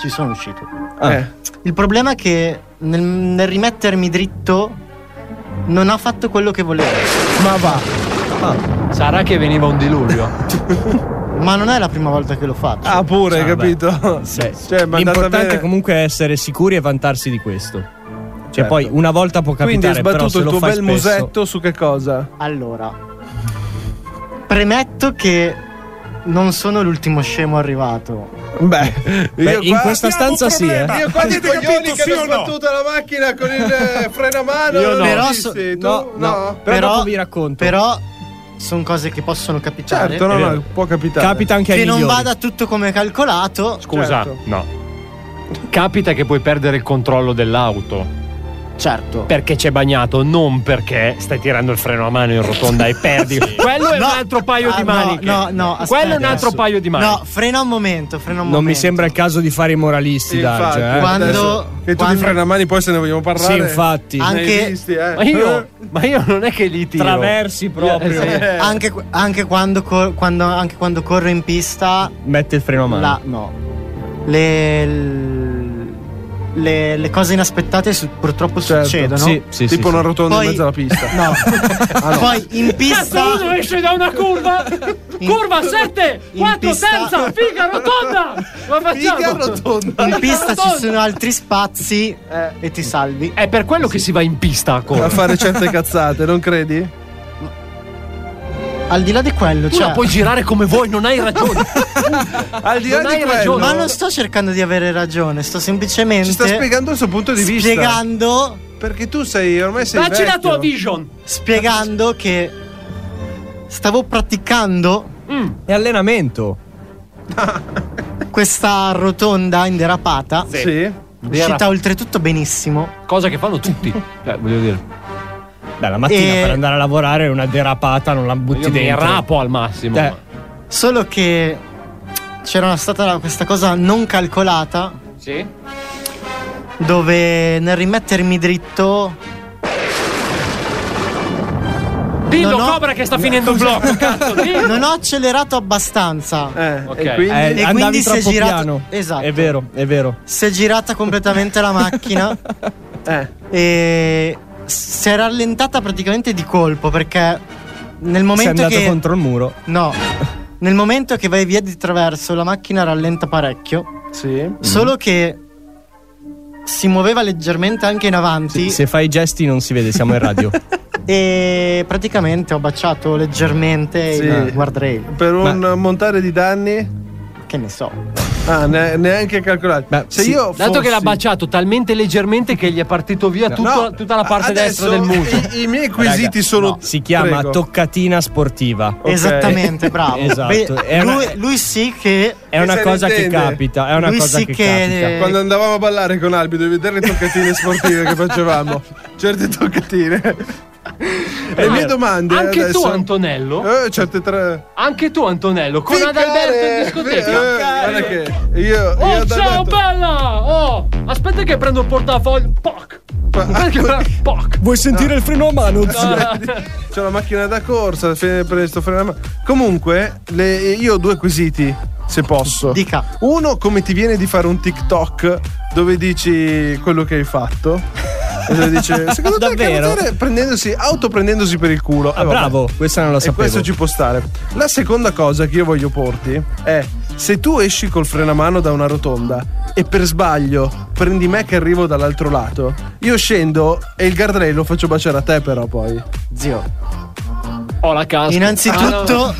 Ci sono uscito.
Ah.
Eh.
Il problema è che nel, nel rimettermi dritto non ho fatto quello che volevo.
Ma va.
Sarà che veniva un diluvio.
Ma non è la prima volta che lo faccio.
Ah, pure, hai
Ah, beh.
capito?
Sì.
Cioè, ma è andata
L'importante
bene.
è comunque essere sicuri e vantarsi di questo. Cioè,
Certo.
poi una volta può
Quindi hai
capitare, però
sbattuto
se
il
lo
tuo
fai
bel
spesso-
musetto su che cosa?
Allora, premetto che non sono l'ultimo scemo arrivato.
Beh,
Beh, in questa stanza sì, eh.
Io qua ti coglioni che hanno sbattuto la macchina con il eh, freno a mano. non l'ho
Però,
visto,
so-
tu?
no, no.
Però dopo vi racconto.
Però sono cose che possono capitare.
Certo, no, no, può capitare.
Capita anche ai
che non
migliori.
vada tutto come calcolato.
Scusa,
Certo.
no. Capita che puoi perdere il controllo dell'auto.
Certo.
Perché c'è bagnato, non perché stai tirando il freno a mano in rotonda e perdi. Quello è
No,
un altro paio
ah,
di
no,
maniche.
No, no, aspetta.
Quello è un altro
Adesso.
paio di maniche.
No, frena un momento, frena
Non
un
mi
momento.
sembra il caso di fare i moralisti,
Infatti,
Darge, eh.
quando,
Quando-
che tu
quando-
ti frena a mani, poi se ne vogliamo parlare.
Sì, infatti.
Ne hai
Anche-
visti, eh.
Ma io, ma io non è che li tiro.
Traversi proprio.
Eh, sì.
Anche, anche quando, cor- quando- anche quando corro in pista,
Mette il freno a mano.
la- no. Le, le, le cose inaspettate su- purtroppo succedono.
Sì, sì,
Cioè,
sì,
tipo una
sì.
rotonda
Poi-
in mezzo alla pista. Ah,
No. Poi in
Cazzo,
pista.
Certo, uno esce da una curva. Curva 7,
in
4,
pista-
terza, figa rotonda. Ma facciamo.
Figa rotonda.
In pista ci
rotonda.
sono altri spazi eh, e ti salvi.
È per quello che si va in pista a
A
correre.
fare certe cazzate, non credi?
Al di là di quello,
Tu la
cioè,
puoi girare come vuoi, non hai ragione.
Al di là
Non
di
hai
quello,
ragione.
ma non sto cercando di avere ragione, sto semplicemente
ci sta spiegando il suo punto di vista.
spiegando
Perché tu sei ormai sei
Dacci la
vecchio.
tua vision.
spiegando che stavo praticando
È allenamento.
questa rotonda inderapata.
Sì.
Uscita oltretutto benissimo.
Cosa che fanno tutti. Cioè, voglio dire.
Beh, la mattina
E-
per andare a lavorare una derapata non la butti
Io mi
dentro.
rapo al massimo.
Eh,
Solo che c'era stata questa cosa non calcolata
Sì.
dove nel rimettermi dritto
Dillo
Non ho-
Cobra che sta finendo il blocco, cazzo. dillo.
non ho accelerato abbastanza.
Eh,
Ok.
e quindi
eh,
quindi
andavi
si è
troppo
girato-
piano.
esatto.
È vero, è vero.
Si è girata completamente la macchina
eh,
e si è rallentata praticamente di colpo perché nel
Sei
momento
andato
che
contro il muro.
No. Nel momento che vai via di traverso, la macchina rallenta
Mm.
parecchio.
sì.
Solo che si muoveva leggermente anche in avanti.
Se fai i gesti non si vede, siamo in radio.
E praticamente ho baciato leggermente
Sì.
il guardrail.
Per un montare di danni?
Che ne so.
Ah, ne- neanche calcolati.
Beh,
se
sì.
io fossi...
Dato che l'ha baciato talmente leggermente che gli è partito via tutto-
No,
tutta la parte
adesso
destra del muso.
I, i miei quesiti
Raga,
sono.
no, si chiama
Prego.
toccatina sportiva.
Ok.
Esattamente, bravo.
Esatto. È una-
lui, lui sì che.
È una
se ne
cosa che
intende.
capita, è una
Lui
cosa
sì
che,
che-
capita.
Quando andavamo a ballare con Albi, dovevi vedere le toccatine sportive che facevamo. Certe toccatine. Le mie domande.
Eh, Anche
adesso...
tu, Antonello.
Eh, certe tre.
Anche tu, Antonello, con
Ficcare!
Adalberto in discoteca.
Eh, guarda che io.
Oh,
io
ciao,
Adalberto-
bella! Oh, aspetta che prendo il portafoglio. Poc! Aspetta che prendo- Poc!
Vuoi sentire il freno a mano?
Ah,
C'ho la macchina da corsa, fe- presto freno a mano. Comunque, le- io ho due quesiti, se posso.
Dica.
Uno, come ti viene di fare un TikTok dove dici quello che hai fatto? E lui dice, secondo te
Davvero?
Cannoniere prendendosi, auto prendendosi per il culo. Eh,
Ah,
vabbè.
bravo, questa non la
E
sapevo.
questo ci può stare. La seconda cosa che io voglio porti è se tu esci col freno a mano da una rotonda e per sbaglio prendi me che arrivo dall'altro lato, io scendo e il guardrail lo faccio baciare a te però poi.
Zio.
Ho la Ah, casa.
Innanzitutto,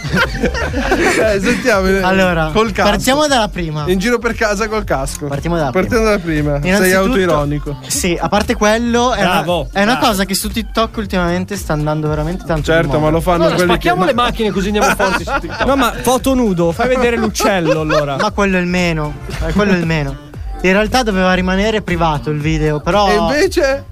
Dai, Eh, sentiamo.
Allora,
col casco.
partiamo dalla prima.
In giro per casa col casco.
Partiamo dalla
Partendo dalla prima. Sei
Innanzitutto- eh,
autoironico.
Sì, a parte quello, è,
Bravo,
una, è
Ah.
una
bravo.
cosa che su TikTok ultimamente sta andando veramente tanto.
Certo, ma lo fanno Allora, quelli che- spacchiamo le
macchine così andiamo forti su TikTok.
No, ma foto nudo, fai vedere l'uccello allora.
Ma quello è il meno. eh, Quello è il meno. In realtà doveva rimanere privato il video, però.
E invece?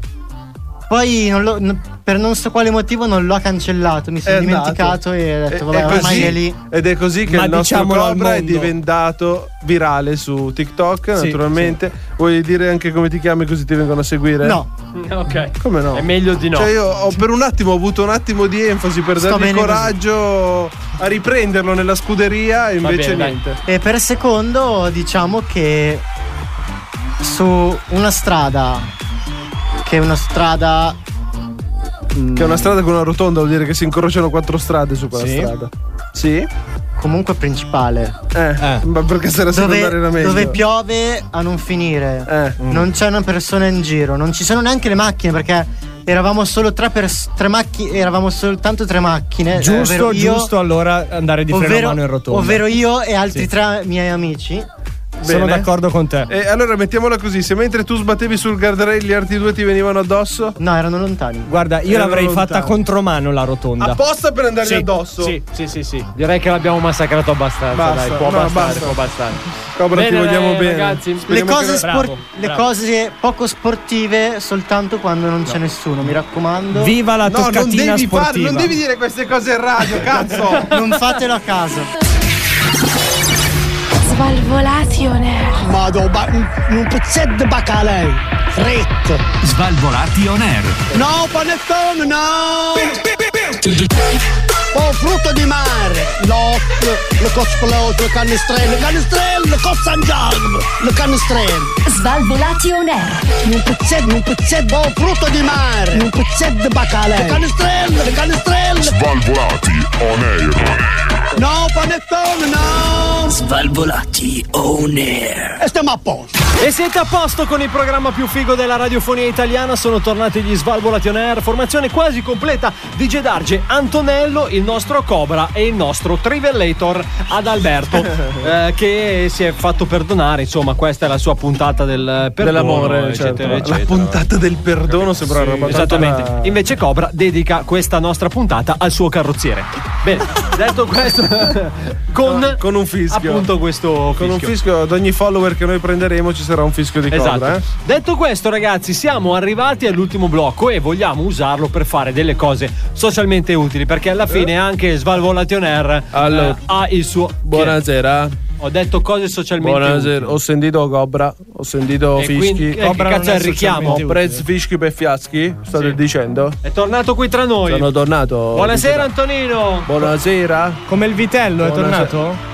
Poi non l'ho- n- per non so quale motivo non l'ho cancellato, mi sono
È
dimenticato e ho detto, vabbè,
è
ormai
esatto. così-
è lì.
Ed è così che
Ma
il nostro
diciamolo al
Cobra è
mondo.
diventato virale su TikTok,
Sì,
naturalmente. Vuoi dire anche come ti chiami così ti vengono a seguire?
No.
Ok.
Come no?
È meglio di no.
Cioè io ho- per un attimo ho avuto un attimo di enfasi per
Sto
dargli il
bene
coraggio a riprenderlo nella scuderia e invece
bene, dai.
niente.
E per secondo diciamo che su una strada che è una strada mm,
Che è una strada con una rotonda, vuol dire che si incrociano quattro strade su quella
Sì.
strada. Sì.
comunque principale.
Eh, ma perché se la
dove,
Eh. secondaria era meglio?
dove piove a non finire, non c'è una persona in giro, non ci sono neanche le macchine perché eravamo solo tre, pers- tre macchine, eravamo soltanto tre macchine. eh,
Giusto,
ovvero io-
giusto allora andare di freno
ovvero-
a mano in rotonda.
Ovvero io e altri
Sì.
tre miei amici.
Sono
Bene.
d'accordo con te.
E allora mettiamola così: se mentre tu sbattevi sul guardrail gli altri due ti venivano addosso?
No, erano lontani.
Guarda, io
Erano
l'avrei fatta
lontani.
contromano la rotonda.
Apposta per andargli
Sì,
addosso?
Sì, sì, sì, sì. Direi che l'abbiamo massacrato abbastanza.
Basta.
Dai, può
No,
bastare,
basta.
può bastare.
Cobra, ti
Bene,
vogliamo bene.
ragazzi.
Le
Speriamo
cose,
che-
spor- le cose poco sportive soltanto quando non c'è nessuno, mi raccomando.
Viva la No, non toccatina devi farlo, sportiva. non devi
dire queste cose in radio, cazzo!
non fatelo a caso.
Svalvolazione. Vado un pezzetto di bacalè. Fritto.
Svalvolati on air.
No, panettone, no! Oh, frutto di mare! L'occhio, le cosplode, le canestrelle, le canestrelle, le cozzangiarme, le canestrelle! Svalvolati on air! Un pezzetto, un pezzetto, oh, frutto di mare!
Mm.
Un pezzetto di bacalè! Le canestrelle, le canestrelle!
Svalvolati on air.
No, panettone, no!
Svalvolati on air.
E stiamo a posto!
E siete a posto con il programma più figo della radiofonia italiana, sono tornati gli Svalvolati on Air, formazione quasi completa di Gedarge, Antonello, il nostro Cobra e il nostro Trivellator ad Alberto, eh, che si è fatto perdonare, insomma questa è la sua puntata del perdono,
Dell'amore,
eccetera,
certo.
eccetera.
La puntata del perdono sembra una roba tanta-
Esattamente. Invece Cobra dedica questa nostra puntata al suo carrozziere. Bene, detto questo, con,
con un fischio.
Appunto questo
Con un
fischio.
fischio ad ogni follower che noi prenderemo ci sarà un fischio di
Esatto.
Cobra. eh?
Detto questo, ragazzi, siamo arrivati all'ultimo blocco e vogliamo usarlo per fare delle cose socialmente utili. Perché
Eh?
alla fine anche Svalvolation Air eh,
Allora.
ha il suo. Ho detto cose socialmente utili.
Ho sentito Cobra, ho sentito
E quindi- eh, che Cobra cazzo non è il richiamo? socialmente
Prezzi fischi per fiaschi, state dicendo?
È tornato qui tra noi.
Sono tornato.
Buonasera, Antonino.
Buonasera.
Come il vitello
Buonasera.
è tornato?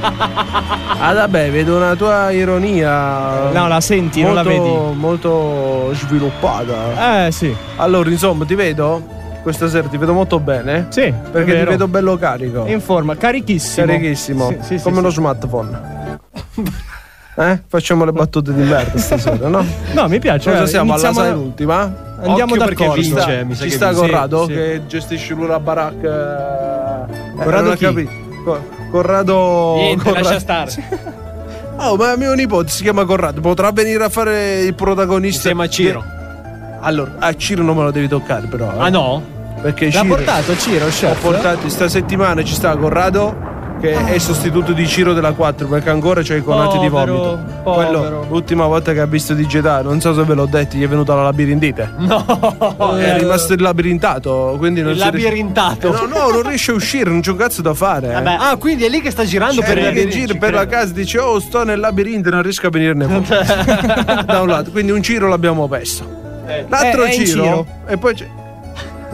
Ah, vabbè, vedo una tua ironia.
No, la senti, non la
molto- Molto sviluppata.
Eh sì.
Allora, insomma, ti vedo. Questa sera ti vedo molto bene.
Sì.
Perché ti
vero.
vedo bello carico.
In forma, carichissimo.
Carichissimo.
Sì, sì,
come
sì,
uno
sì.
smartphone. Eh? Facciamo le battute di merda stasera, no?
No, mi piace.
Cosa
Certo,
guarda,
siamo?
iniziamo-
Alla penultima?
Andiamo
Occhio
d'accordo.
perché vince,
Ci
mi
sta-
sa
ci
che
sta
vince.
Corrado
Sì,
che
sì. gestisce l'Ura Barak. eh,
Corrado
non ho
chi?
capito. Co- Corrado.
Niente,
Corrado-
lascia stare.
Oh, ma mio nipote si chiama Corrado. Potrà venire a fare il protagonista.
Insieme a Ciro.
de- Allora, a Ciro non me lo devi toccare, però. eh.
Ah no? certo.
Perché
L'ha
Ciro.
portato Ciro,
Ho
chef?
portato sta settimana ci sta Corrado. Che è il sostituto di Ciro della 4 perché ancora c'è i conati di
Povero,
vomito.
povero.
Quello, l'ultima volta che ha visto di Jedi, non so se ve l'ho detto, gli è venuta la labirintite.
No, Eh,
È rimasto labirintato, quindi non
Il
si riesce-
labirintato.
Eh, No, no, non riesce a uscire, non c'è un cazzo da fare. eh.
Vabbè, ah, quindi è lì che sta girando
C'è
per
lì
il
che gira per la casa dice oh sto nel labirinto e non riesco a venirne fuori da un lato quindi un giro l'abbiamo perso l'altro
Eh, è in
giro,
giro.
e poi c'è-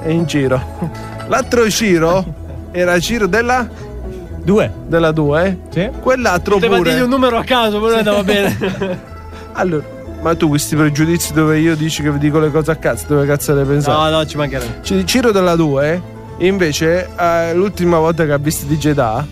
è in giro l'altro giro era il giro della
Due.
della 2
Sì.
quell'altro
Poteva dirgli
pure
un numero a caso, ma non andava bene.
allora ma tu questi pregiudizi dove io dici che vi dico le cose a cazzo dove cazzo le pensate
No, no, ci mancherebbe.
C'è il Ciro della 2 invece eh, l'ultima volta che ha visto di Jeddah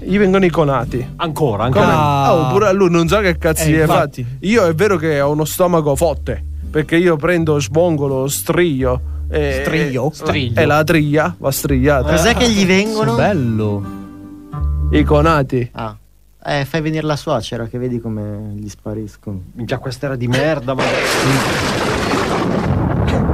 gli vengono i conati
Ancora,
Come?
ancora.
Ah, oppure a lui non so che cazzo
Eh,
gli hai
infatti.
fatti. Io è vero che ho uno stomaco forte. perché io prendo sbongolo, strillo. E,
Strillo?
E, e la triglia va
Eh.
strigliata.
Cos'è che gli vengono?
Bello. I conati.
Ah. Eh, fai venire la suocera che vedi come gli spariscono.
Minchia, questa era di merda, ma.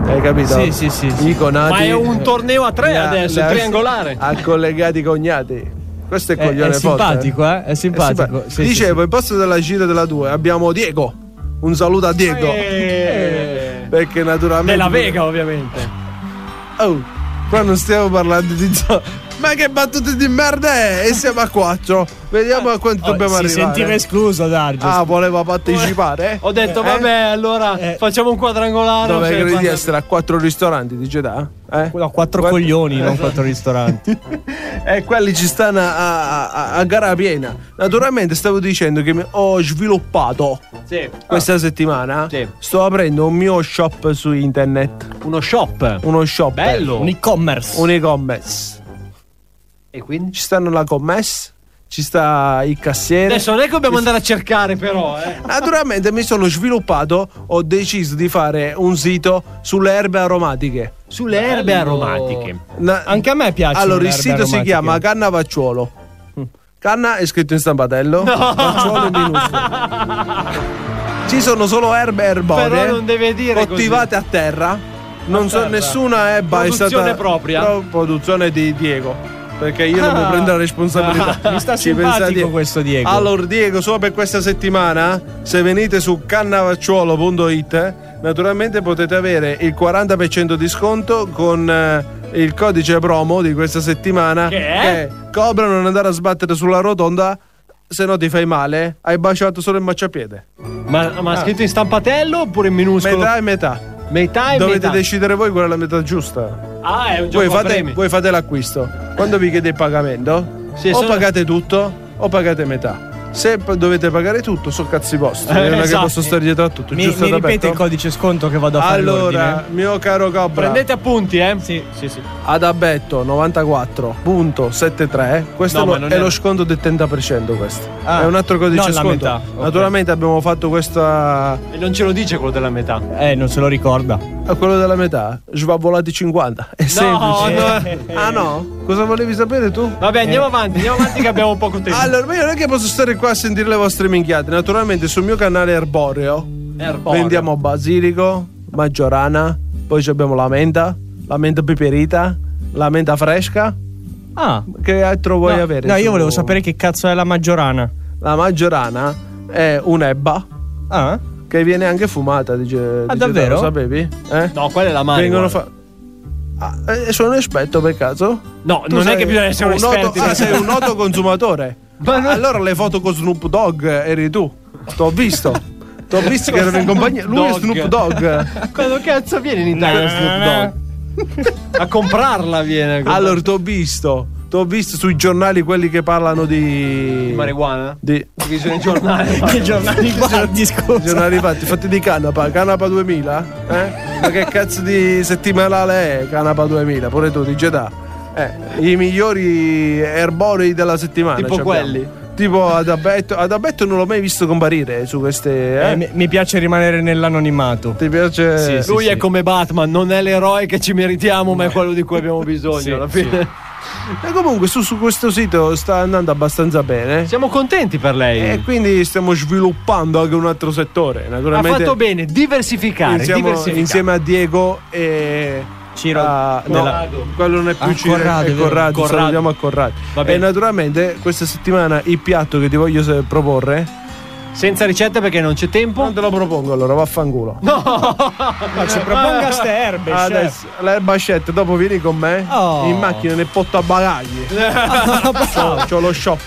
Hai capito?
Sì, sì, sì, sì.
I conati.
Ma è un torneo a tre
Le ha-
adesso,
le ha-
triangolare.
Ha collegati i cognati. Questo è
Eh,
È-
Ah, coglione
è
forte,
simpatico, eh? È simpatico.
simpa-
Sì, sì,
Dicevo,
sì.
in posto della gira della 2 abbiamo Diego. Un saluto a Diego.
Eh.
Perché naturalmente.
Della Vega, ovviamente.
Oh, qua non stiamo parlando di gio- Ma che battute di merda è? E siamo a quattro. Vediamo a quanto
Oh,
dobbiamo
si
arrivare.
sentiva escluso Dargio. Eh,
Ah, voleva partecipare? Eh?
Ho detto, vabbè, allora facciamo un quadrangolare.
Dove
cioè,
credi di
guarda-
essere a quattro ristoranti di Jeddah? Eh?
No, quattro coglioni, non quattro ristoranti.
E quelli ci stanno a, a- a- a gara piena. Naturalmente stavo dicendo che mi ho sviluppato
Sì.
Ah.
questa settimana. Sto aprendo un mio shop su internet.
Uno shop?
Uno shop.
Bello. Un
e-commerce.
Un e-commerce.
E quindi?
Ci stanno la commessa, ci sta il cassiere.
Adesso non è che dobbiamo
ci sta-
andare a cercare, però, eh.
Naturalmente mi sono sviluppato, ho deciso di fare un sito sulle erbe aromatiche.
Sulle erbe aromatiche.
Anche a me piace.
Allora, il sito si chiama Canna Vacciuolo.
Mm.
Canna è scritto in stampatello, Vacciuolo in minuscolo. Ci sono solo erbe erborie.
Però non deve dire così.
Coltivate a terra. Non
A
so,
terra.
nessuna erba è stata.
Produzione propria.
Pro- produzione di Diego. Perché io non
Ah.
mi prendo la responsabilità.
Mi sta
Ci pensa
simpatico
Diego.
questo Diego.
Allora, Diego, solo per questa settimana, se venite su cannavacciuolo.it, eh, naturalmente potete avere il 40% di sconto con eh, il codice promo di questa settimana.
Che è?
Cobra non andare a sbattere sulla rotonda, se no ti fai male. Hai baciato solo il marciapiede.
Ma, ma
Ah.
scritto in stampatello oppure in minuscolo?
Metà e metà.
Metà e
Dovete
metà.
decidere voi qual è la metà giusta.
Ah, è un gioco
Voi
a
fate,
premi.
voi fate l'acquisto. Quando vi chiede il pagamento,
Sì,
o
sono-
pagate tutto o pagate metà. Se p- dovete pagare tutto, sono cazzi vostri.
Eh,
non è che
esatto.
posso stare dietro a tutto.
Mi,
giusto
mi ripete
Roberto?
il codice sconto che vado a fare
Allora,
l'ordine?
mio caro Cobra,
Prendete appunti, eh? Sì, sì, sì.
Adabetto 94.73. Questo
No,
è lo-
ma non
è
è-
lo sconto del 30%. Questo
Ah,
è un altro codice
non la
sconto.
metà, ok.
Naturalmente abbiamo fatto questa.
E non ce lo dice quello della metà.
Eh, non se lo ricorda.
a quello della metà, svavolati 50. È semplice.
Eh.
no.
Ah no? Cosa volevi sapere tu?
Vabbè, andiamo avanti, andiamo avanti che abbiamo poco tempo.
Allora, ma io non è che posso stare qua a sentire le vostre minchiate. Naturalmente sul mio canale Erboreo,
Erboreo.
vendiamo basilico, maggiorana, poi ci abbiamo la menta, la menta peperita, la menta fresca.
Ah.
Che altro vuoi
no,
avere?
No,
su-
io volevo sapere che cazzo è la maggiorana.
La maggiorana è un'ebba.
Ah?
Che viene anche fumata, dice. dice
davvero?
Lo sapevi? Eh?
No, quella è la mano.
Vengono fa- Ah, eh, sono esperto per caso?
No,
Tu
non
sei
è che bisogna essere un
noto-
esperti.
ah, sei un noto consumatore. Allora le foto con Snoop Dogg eri tu. T'ho visto. T'ho visto che erano in compagnia. Lui è Snoop Dogg.
Quando cazzo viene in Italia Snoop Dogg? A comprarla viene.
Allora t'ho visto. T'ho visto sui giornali quelli che parlano di.
marijuana?
Di
Perché sono i giornali.
Che giornali guardi, scusa?
giornali fatti, fatti di Canapa, Canapa 2000? Eh? Ma che cazzo di settimanale è Canapa 2000? Pure tu, di Jeddah. Eh, I migliori erborei della settimana.
Tipo
ci abbiamo.
quelli?
Tipo Adabetto. Adabetto non l'ho mai visto comparire su queste. eh.
Eh, mi, mi piace rimanere nell'anonimato.
Ti piace?
Sì, sì,
Eh, Lui
sì.
è come Batman, non è l'eroe che ci meritiamo, ma è quello di cui abbiamo bisogno.
Sì,
alla fine.
E comunque su, su questo sito sta andando abbastanza bene.
Siamo contenti per lei.
E quindi stiamo sviluppando anche un altro settore.
ha
Naturalmente.
fatto bene, diversificare.
Siamo
diversificare.
insieme a Diego e
Ciro
a- no,
Corrado.
quello non è più
Ah,
Ciro
Corrado,
è
vero.
Corrado,
Corrado.
salutiamo a Corrado
Va
e
bene.
naturalmente questa settimana il piatto che ti voglio se- proporre
Senza ricetta perché non c'è tempo.
non te lo propongo allora vaffanculo
Ma ci proponga ste erbe,
Ah,
adesso l'erba scelta dopo vieni con me
Oh.
in macchina nel portabagagli c'ho, c'ho lo shop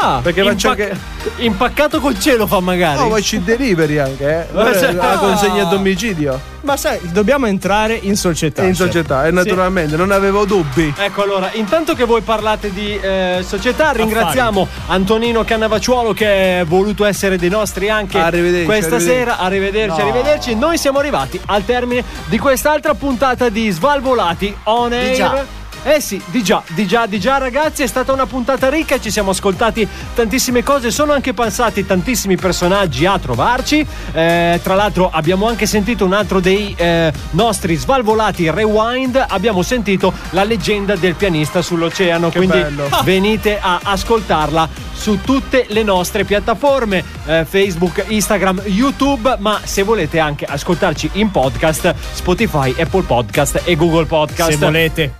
Ah,
perché faccio
impac-
che-
impaccato col cielo fa magari.
oh ma ci delivery anche eh.
cioè-
la consegna a domicilio
Ma sai, dobbiamo entrare in società.
in
cioè.
società e naturalmente non avevo dubbi
Ecco allora, intanto che voi parlate di eh, società, ringraziamo Antonino Cannavacciuolo che è voluto essere dei nostri anche
Arrivederci,
questa
arrivederci.
sera. Arrivederci,
No.
arrivederci. Noi siamo arrivati al termine di quest'altra puntata di Svalvolati On Air.
già.
Eh sì, di già, di già, di già ragazzi, è stata una puntata ricca, ci siamo ascoltati tantissime cose, sono anche passati tantissimi personaggi a trovarci, Eh, tra l'altro abbiamo anche sentito un altro dei eh, nostri svalvolati rewind, abbiamo sentito la leggenda del pianista sull'oceano, quindi
bello.
venite a ascoltarla su tutte le nostre piattaforme, eh, Facebook, Instagram, YouTube, ma se volete anche ascoltarci in podcast, Spotify, Apple Podcast e Google Podcast.
Se volete.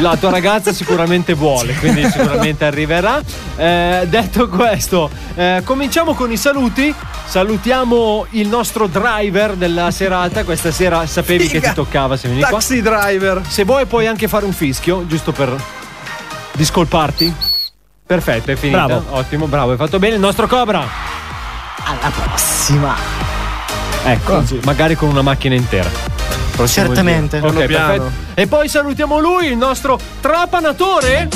La tua ragazza sicuramente vuole, quindi sicuramente arriverà. Eh, detto questo, eh, cominciamo con i saluti. Salutiamo il nostro driver della serata. Questa sera sapevi che ti toccava se vieni
Taxi
qua.
driver.
Se vuoi puoi anche fare un fischio, giusto per discolparti. Perfetto, è finita.
Bravo.
Ottimo, bravo, hai fatto bene il nostro Cobra. Alla prossima. Ecco, magari con una macchina intera. Prossimo
Certamente.
giro. Ok,
Piano piano.
perfetto. E poi salutiamo lui, il nostro trapanatore.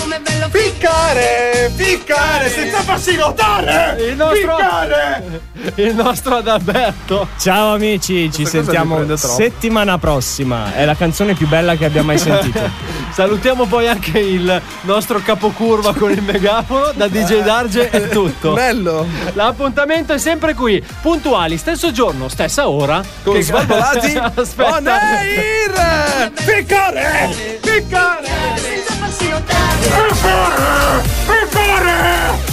Ficcare, ficcare, senza farsi notare!
Il nostro-
Ficcare!
Il nostro Adalberto.
Ciao amici, ci
cosa mi
sentiamo
prende troppo.
settimana prossima. È la canzone più bella che abbia mai sentito.
Salutiamo poi anche il nostro capocurva con il megafono. Da DJ Darge è tutto.
Bello.
L'appuntamento è sempre qui, puntuali, stesso giorno, stessa ora.
Con Svalvolati Oh,
Aspetta.
on air!
Ficcare! Ficcare! Senza farsi notare! Ficcare! Ficcare!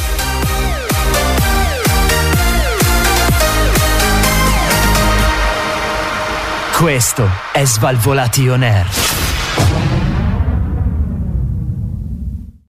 Questo è Svalvolati On Air.